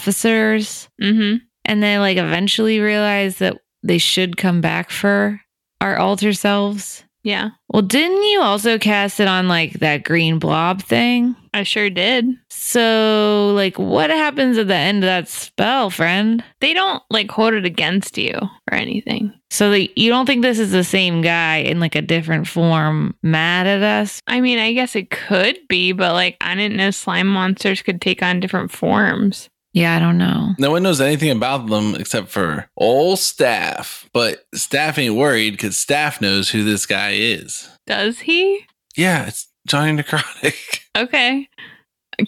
officers, Mm-hmm. and they like eventually realize that they should come back for our alter selves. Yeah, Well, didn't you also cast it on like that green blob thing? I sure did. So, like, what happens at the end of that spell, friend? They don't like hold it against you or anything. So that you don't think this is the same guy in like a different form, mad at us? I mean, I guess it could be, but like I didn't know slime monsters could take on different forms. Yeah, I don't know. No one knows anything about them except for old staff. But staff ain't worried because staff knows who this guy is. Does he? Yeah, it's Johnny Necrotic. Okay.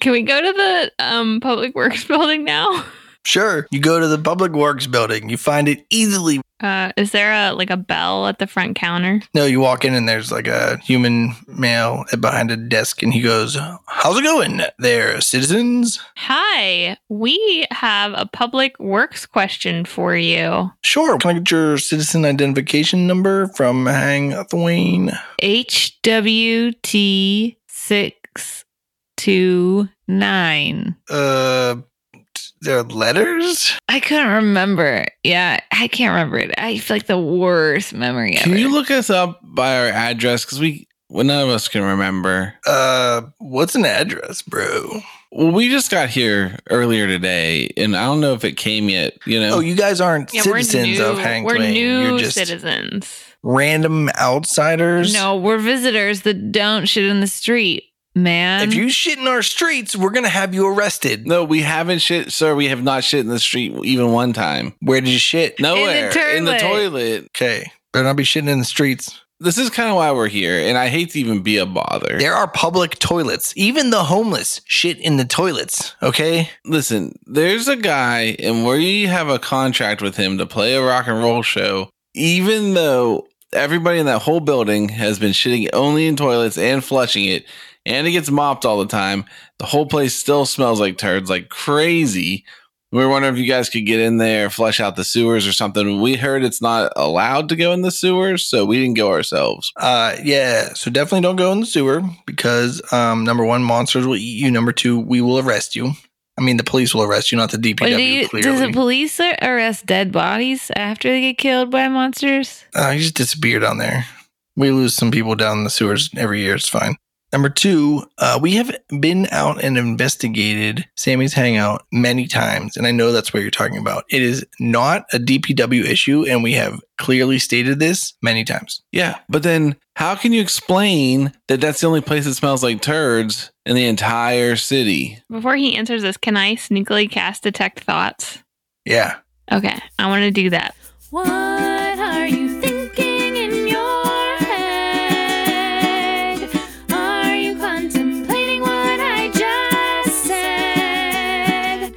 Can we go to the um public works building now? Sure, you go to the public works building. You find it easily. Uh is there a like a bell at the front counter? No, you walk in and there's like a human male behind a desk, and he goes, "How's it going, there, citizens?" Hi, we have a public works question for you. Sure. Can I get your citizen identification number from Hang Thwain? HWT 629. Uh, the letters. I couldn't remember. Yeah, I can't remember it. I feel like the worst memory Can ever. you look us up by our address? Because we, well, none of us can remember. Uh, what's an address, bro? Well, we just got here earlier today, and I don't know if it came yet. You know, Oh, you guys aren't citizens we're new, of Hang we're Thwain. You're new just citizens. random outsiders. No, we're visitors that don't shit in the street, man. If you shit in our streets, we're gonna have you arrested. no, we haven't shit, sir. We have not shit in the street even one time. Where did you shit? Nowhere in the toilet. toilet. Okay. Better not be shitting in the streets. This is kind of why we're here, and I hate to even be a bother. There are public toilets. Even the homeless shit in the toilets. Okay. Listen, there's a guy, and we have a contract with him to play a rock and roll show, even though everybody in that whole building has been shitting only in toilets and flushing it, and it gets mopped all the time. The whole place still smells like turds, like crazy. We were wondering if you guys could get in there, flush out the sewers or something. We heard it's not allowed to go in the sewers, so we didn't go ourselves. Uh, yeah. So definitely don't go in the sewer because um, number one, monsters will eat you. Number two, we will arrest you. I mean, the police will arrest you, not the DPW. Wait, do you- does clearly, the police ar- arrest dead bodies after they get killed by monsters? uh, he just disappeared on there. We lose some people down in the sewers every year. It's fine. Number two, uh, we have been out and investigated Sammy's Hangout many times, and I know that's what you're talking about. It is not a DPW issue, and we have clearly stated this many times. Yeah, but then how can you explain that that's the only place that smells like turds in the entire city? Before he answers this, can I sneakily cast detect thoughts? Yeah. Okay, I want to do that. What are you thinking in your head? Are you contemplating what I just said?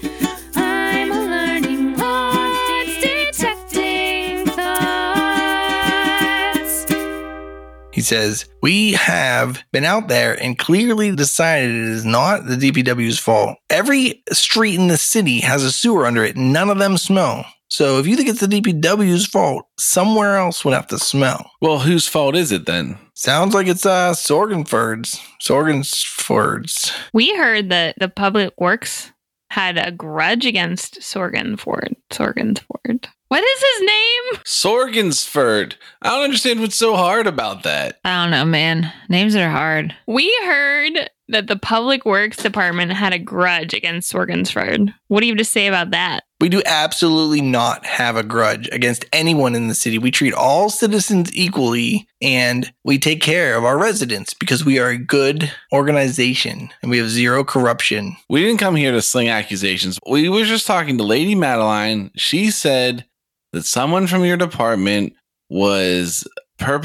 I'm learning thoughts, detecting thoughts. He says, We have been out there and clearly decided it is not the DPW's fault. Every street in the city has a sewer under it, and none of them smell. So if you think it's the DPW's fault, somewhere else would have to smell. Well, whose fault is it then? Sounds like it's uh Sorgenford's. Sorgenford's. We heard that the public works had a grudge against Sorgan Ford. Sorgan Ford. What is his name? Sorgensford. I don't understand what's so hard about that. I don't know, man. Names are hard. We heard that the public works department had a grudge against Sorgan's Ford. What do you have to say about that? We do absolutely not have a grudge against anyone in the city. We treat all citizens equally and we take care of our residents because we are a good organization and we have zero corruption. We didn't come here to sling accusations. We were just talking to Lady Madeline. She said that someone from your department was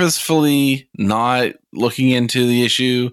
purposefully not looking into the issue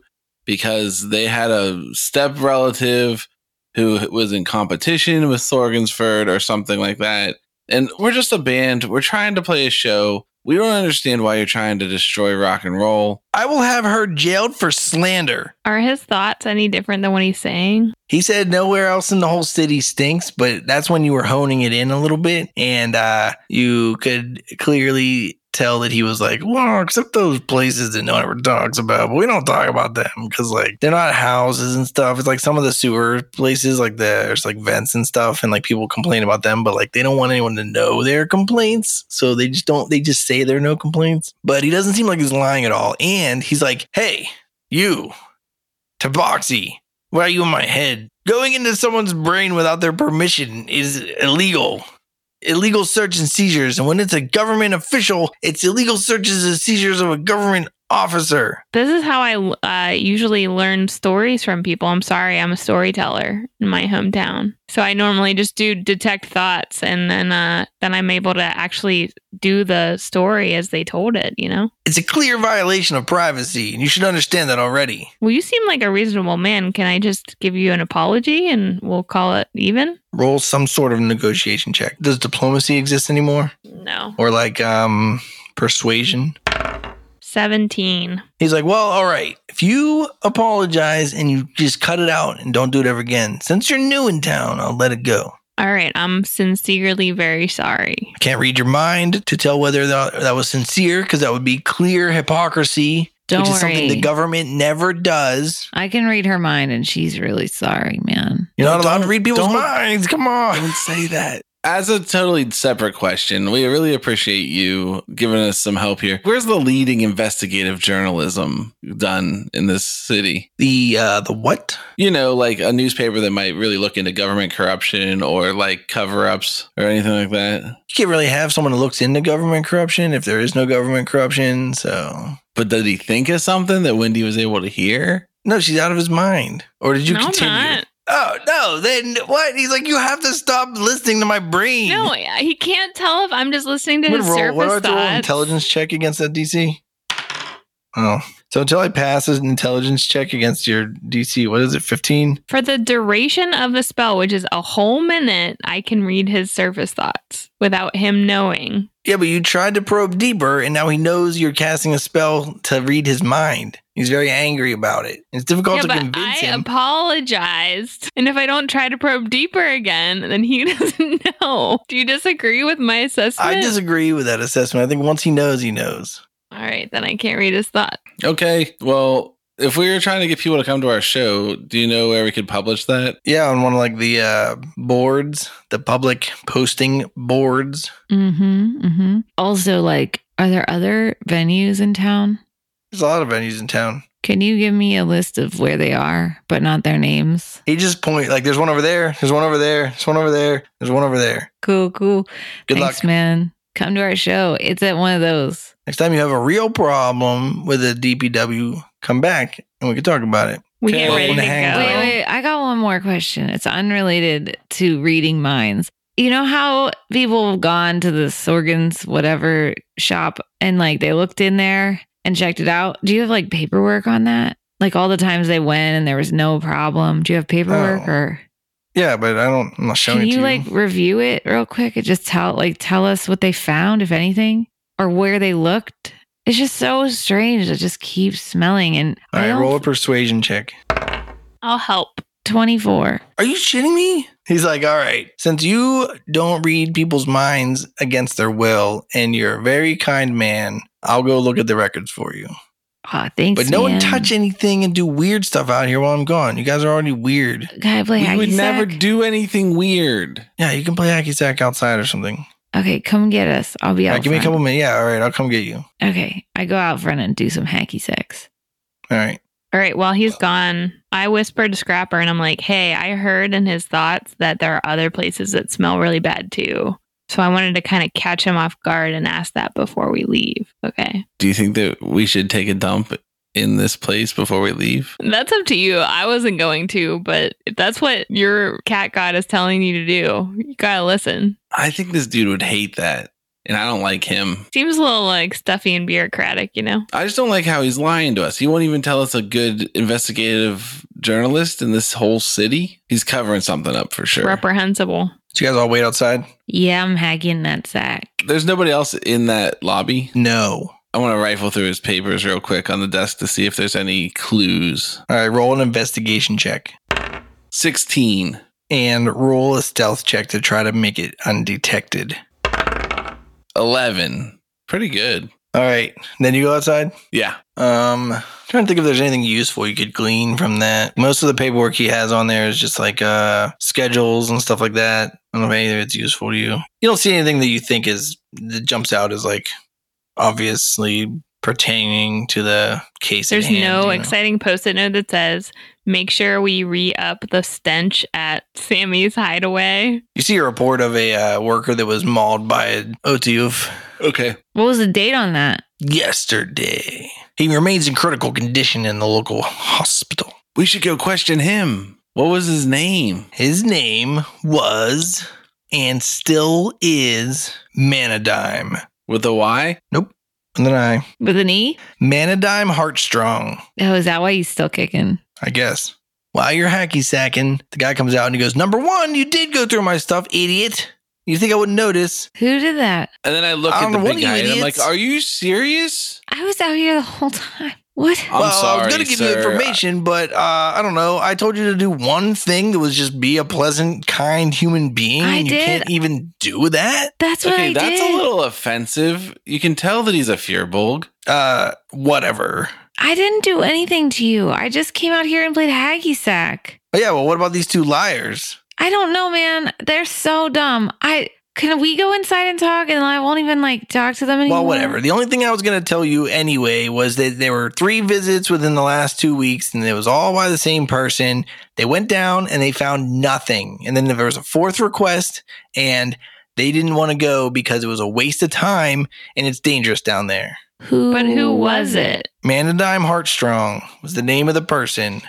because they had a step relative who was in competition with Sorgensford or something like that. And we're just a band. We're trying to play a show. We don't understand why you're trying to destroy rock and roll. I will have her jailed for slander. Are his thoughts any different than what he's saying? He said nowhere else in the whole city stinks, but that's when you were honing it in a little bit, and uh, you could clearly tell that he was like, "Well, except those places that no one ever talks about, but we don't talk about them because like they're not houses and stuff. It's like some of the sewer places, like there's like vents and stuff, and like people complain about them, but like they don't want anyone to know their complaints, so they just don't. They just say there are no complaints. But he doesn't seem like he's lying at all, and he's like, "Hey, you, Tabaxi." Why are you in my head? Going into someone's brain without their permission is illegal. Illegal search and seizures. And when it's a government official, it's illegal searches and seizures of a government officer. This is how I uh, usually learn stories from people. I'm sorry, I'm a storyteller in my hometown, so I normally just do detect thoughts, and then uh, then I'm able to actually do the story as they told it. You know, It's a clear violation of privacy, and you should understand that already. well, you seem like a reasonable man. Can I just give you an apology and we'll call it even? Roll some sort of negotiation check. Does diplomacy exist anymore? No, Or like um persuasion? seventeen. He's like, well, all right. If you apologize and you just cut it out and don't do it ever again, since you're new in town, I'll let it go. All right, I'm sincerely very sorry. I can't read your mind to tell whether that, that was sincere because that would be clear hypocrisy, Don't which is worry. something the government never does. I can read her mind and she's really sorry, man. You're not No, allowed to don't- read people's don't- minds. Come on. Don't say that. As a totally separate question, we really appreciate you giving us some help here. Where's the leading investigative journalism done in this city? The uh, the what? You know, like a newspaper that might really look into government corruption or like cover ups or anything like that. You can't really have someone who looks into government corruption if there is no government corruption. So But did he think of something that Wendy was able to hear? no, she's out of his mind. Or did you no, I'm continue? not. Oh no! Then what? He's like, you have to stop listening to my brain. No, he can't tell if I'm just listening to I'm his gonna roll- surface what do I have to roll? thoughts. Intelligence check against that DC. Oh, so until I pass an intelligence check against your DC, what is it? Fifteen. For the duration of the spell, which is a whole minute, I can read his surface thoughts without him knowing. Yeah, but you tried to probe deeper, and now he knows you're casting a spell to read his mind. He's very angry about it. It's difficult yeah, to but convince I him. apologized. And if I don't try to probe deeper again, then he doesn't know. Do you disagree with my assessment? I disagree with that assessment. I think once he knows, he knows. All right, then I can't read his thought. Okay. Well, if we were trying to get people to come to our show, do you know where we could publish that? Yeah, on one of like the uh, boards, the public posting boards. Mm-hmm. Mm-hmm. Also, like, are there other venues in town? There's a lot of venues in town. Can you give me a list of where they are, but not their names? He just point like there's one over there, there's one over there, there's one over there, there's one over there. Cool, cool. Good Thanks, luck. man. Come to our show. It's at one of those. Next time you have a real problem with a DPW, come back and we can talk about it. We get Okay. ready to Hang Wait, go. on. wait. I got one more question. It's unrelated to reading minds. You know how people have gone to the Sorgans whatever shop and like they looked in there and checked it out? Do you have like paperwork on that? Like all the times they went and there was no problem. Do you have paperwork Oh. or Yeah, but I don't. I'm not showing can it to you you. like review it real quick and just tell like tell us what they found, if anything, or where they looked? It's just so strange. It just keeps smelling and All right, I roll a roll persuasion check. I'll help. twenty four. Are you shitting me? He's like, all right, since you don't read people's minds against their will and you're a very kind man, I'll go look at the records for you. Oh, thanks. But no man. one touch anything and do weird stuff out here while I'm gone. You guys are already weird. Can I play We hacky would never sack? do anything weird. Yeah, you can play hacky sack outside or something. okay, come get us. I'll be Yeah, out. give me a front. couple minutes. Yeah, all right, I'll come get you. All Okay, I go out front and do some hacky sacks. right. All right, while he's gone, I whispered to Scrapper and I'm like, hey, I heard in his thoughts that there are other places that smell really bad too. So I wanted to kind of catch him off guard and ask that before we leave. Okay. Do you think that we should take a dump in this place before we leave? That's up to you. I wasn't going to, but if that's what your cat god is telling you to do, you gotta listen. I think this dude would hate that. And I don't like him. Seems a little like stuffy and bureaucratic, you know? I just don't like how he's lying to us. He won't even tell us a good investigative journalist in this whole city. He's covering something up for sure. Reprehensible. So you guys all wait outside? Yeah, I'm hacking that sack. There's nobody else in that lobby. No. I want to rifle through his papers real quick on the desk to see if there's any clues. All right, roll an investigation check 16. and roll a stealth check to try to make it undetected. 11. Pretty good. All right. Then you go outside? Yeah. Um, trying to think if there's anything useful you could glean from that. Most of the paperwork he has on there is just like uh schedules and stuff like that. I don't know if any of it's useful to you. You don't see anything that you think is that jumps out as like obviously pertaining to the case. at There's hand, no you know? exciting post it note that says, make sure we re up the stench at Sammy's hideaway. You see a report of a uh, worker that was mauled by an OTUF Okay. What was the date on that? yesterday. He remains in critical condition in the local hospital. We should go question him. What was his name? His name was and still is Manadime. With a Y? And then I With an E? Manadime Heartstrong, Oh, is that why he's still kicking? I guess. While you're hacky sacking, the guy comes out and he goes, Number one, you did go through my stuff, idiot. You think I wouldn't notice? Who did that? And then I look I at don't the know, what big are you guy and I'm idiots? like, are you serious? I was out here the whole time. What? I'm well, I sorry, was gonna give you sir. information, but uh, I don't know. I told you to do one thing that was just be a pleasant, kind human being. I and you did. can't even do that. That's what Okay, I that's did. a little offensive. You can tell that he's a fearbulg. Uh, whatever. I didn't do anything to you. I just came out here and played hacky sack. But yeah, well, what about these two liars? I don't know, man. They're so dumb. I can we go inside and talk, and I won't even like talk to them anymore. Well, whatever. The only thing I was going to tell you anyway was that there were three visits within the last two weeks, and it was all by the same person. They went down and they found nothing. And then there was a fourth request, and they didn't want to go because it was a waste of time and it's dangerous down there. Who? But who was it? Manadime Heartstrong was the name of the person.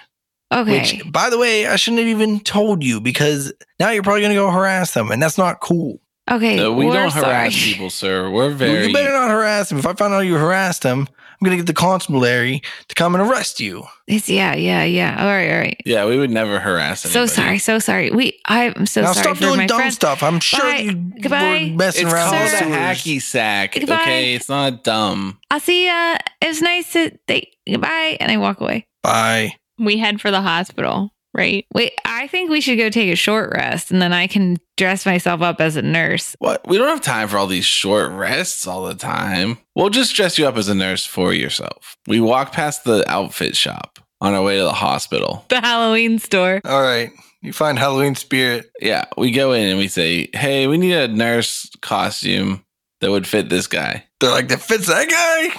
Okay. Which, by the way, I shouldn't have even told you because now you're probably going to go harass them, and that's not cool. okay. uh, No, we we're don't sorry. harass people, sir. We're very. You better not harass him. If I find out you harassed him, I'm gonna get the constabulary to come and arrest you. It's yeah, yeah, yeah. All right, all right. yeah, we would never harass So anybody. sorry, so sorry. We, I'm so now sorry stop for my doing dumb friend. stuff. I'm sure Bye. you Goodbye. were messing It's around called with Sir. a sewers. hacky sack. Goodbye. Okay, it's not dumb. I'll see ya. It was nice to. They, goodbye, and I walk away. Bye. We head for the hospital, right? Wait, I think we should go take a short rest, and then I can dress myself up as a nurse. What? We don't have time for all these short rests all the time. We'll just dress you up as a nurse for yourself. We walk past the outfit shop on our way to the hospital. The Halloween store. All right. You find Halloween spirit. Yeah, we go in and we say, "Hey, we need a nurse costume that would fit this guy." They're like, that fits that guy.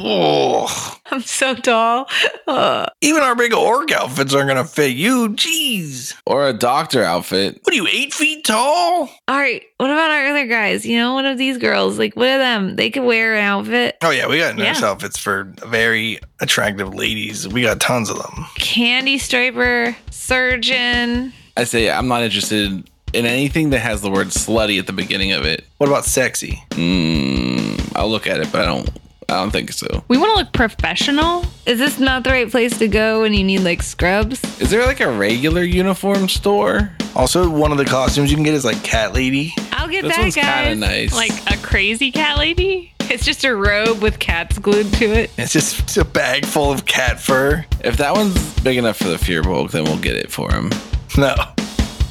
Ugh. I'm so tall. Uh, Even our big orc outfits aren't gonna fit you. Jeez, Or a doctor outfit. what are you eight feet tall? all right. What about our other guys? You know, one of these girls, like one of them, they could wear an outfit. Oh yeah, we got nice Yeah. outfits for very attractive ladies. We got tons of them. Candy striper, surgeon. I say I'm not interested in anything that has the word slutty at the beginning of it. What about sexy? Mm, I'll look at it, but I don't. I don't think so. We want to look professional. Is this not the right place to go when you need like scrubs? Is there like a regular uniform store? Also, one of the costumes you can get is like cat lady. I'll get This that, one's kind guys. of nice. Like a crazy cat lady. It's just a robe with cats glued to it. It's just it's a bag full of cat fur. if that one's big enough for the fear bulk, then we'll get it for him. No,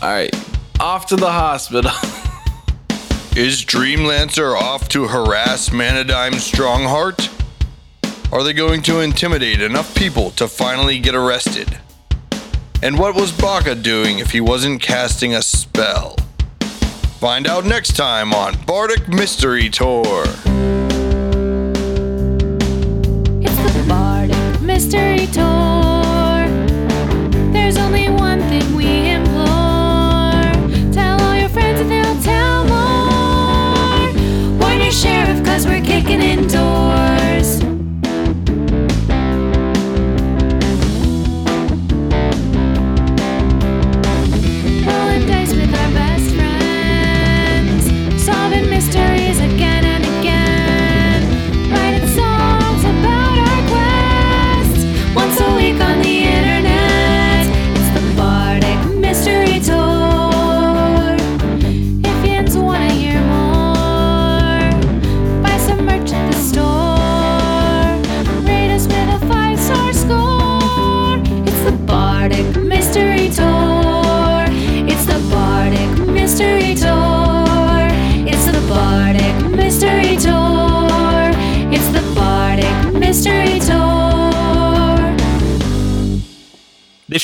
All right, off to the hospital. Is Dreamlancer off to harass Manadime's Strongheart? Are they going to intimidate enough people to finally get arrested? And what was Baka doing if he wasn't casting a spell? Find out next time on Bardic Mystery Tour. It's the Bardic Mystery Tour. There's only one thing we implore. Tell all your friends and they'll tell more. Warn your sheriff, cause we're kicking in doors. Rolling dice with our best friends. Solving mysteries again and again. Writing songs about our quest. Once a week on the internet. It's the Bardic Mystery Tour. If yins want to hear more, buy some merch at the store. Rate us with a five star score. It's the Bardic Mystery Tour. It's the Bardic Mystery Tour. It's the Bardic Mystery Tour. It's the Bardic Mystery Tour. This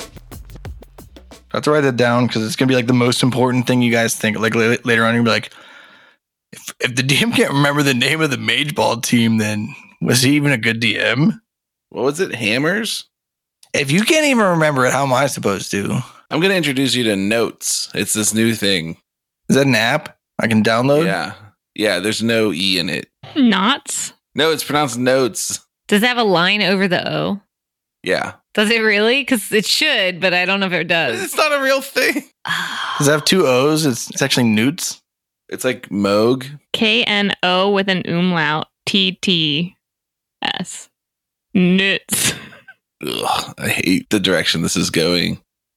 I have to write that down because it's gonna be like the most important thing you guys think. Like la- later on, you're gonna be like, if, if the DM can't remember the name of the mage ball team, then was he even a good DM? what was it? Hammers. If you can't even remember it, how am I supposed to? I'm gonna introduce you to Notes. It's this new thing. Is that an app I can download? Yeah, yeah. There's no e in it. Knots. No, it's pronounced Notes. Does it have a line over the O? Yeah, Does it really? Because it should, but I don't know if it does. it's not a real thing. Does it have two O's? It's, it's actually Newts. It's like Moog. K N O with an umlaut. T T S. Nuts. Ugh, I hate the direction this is going.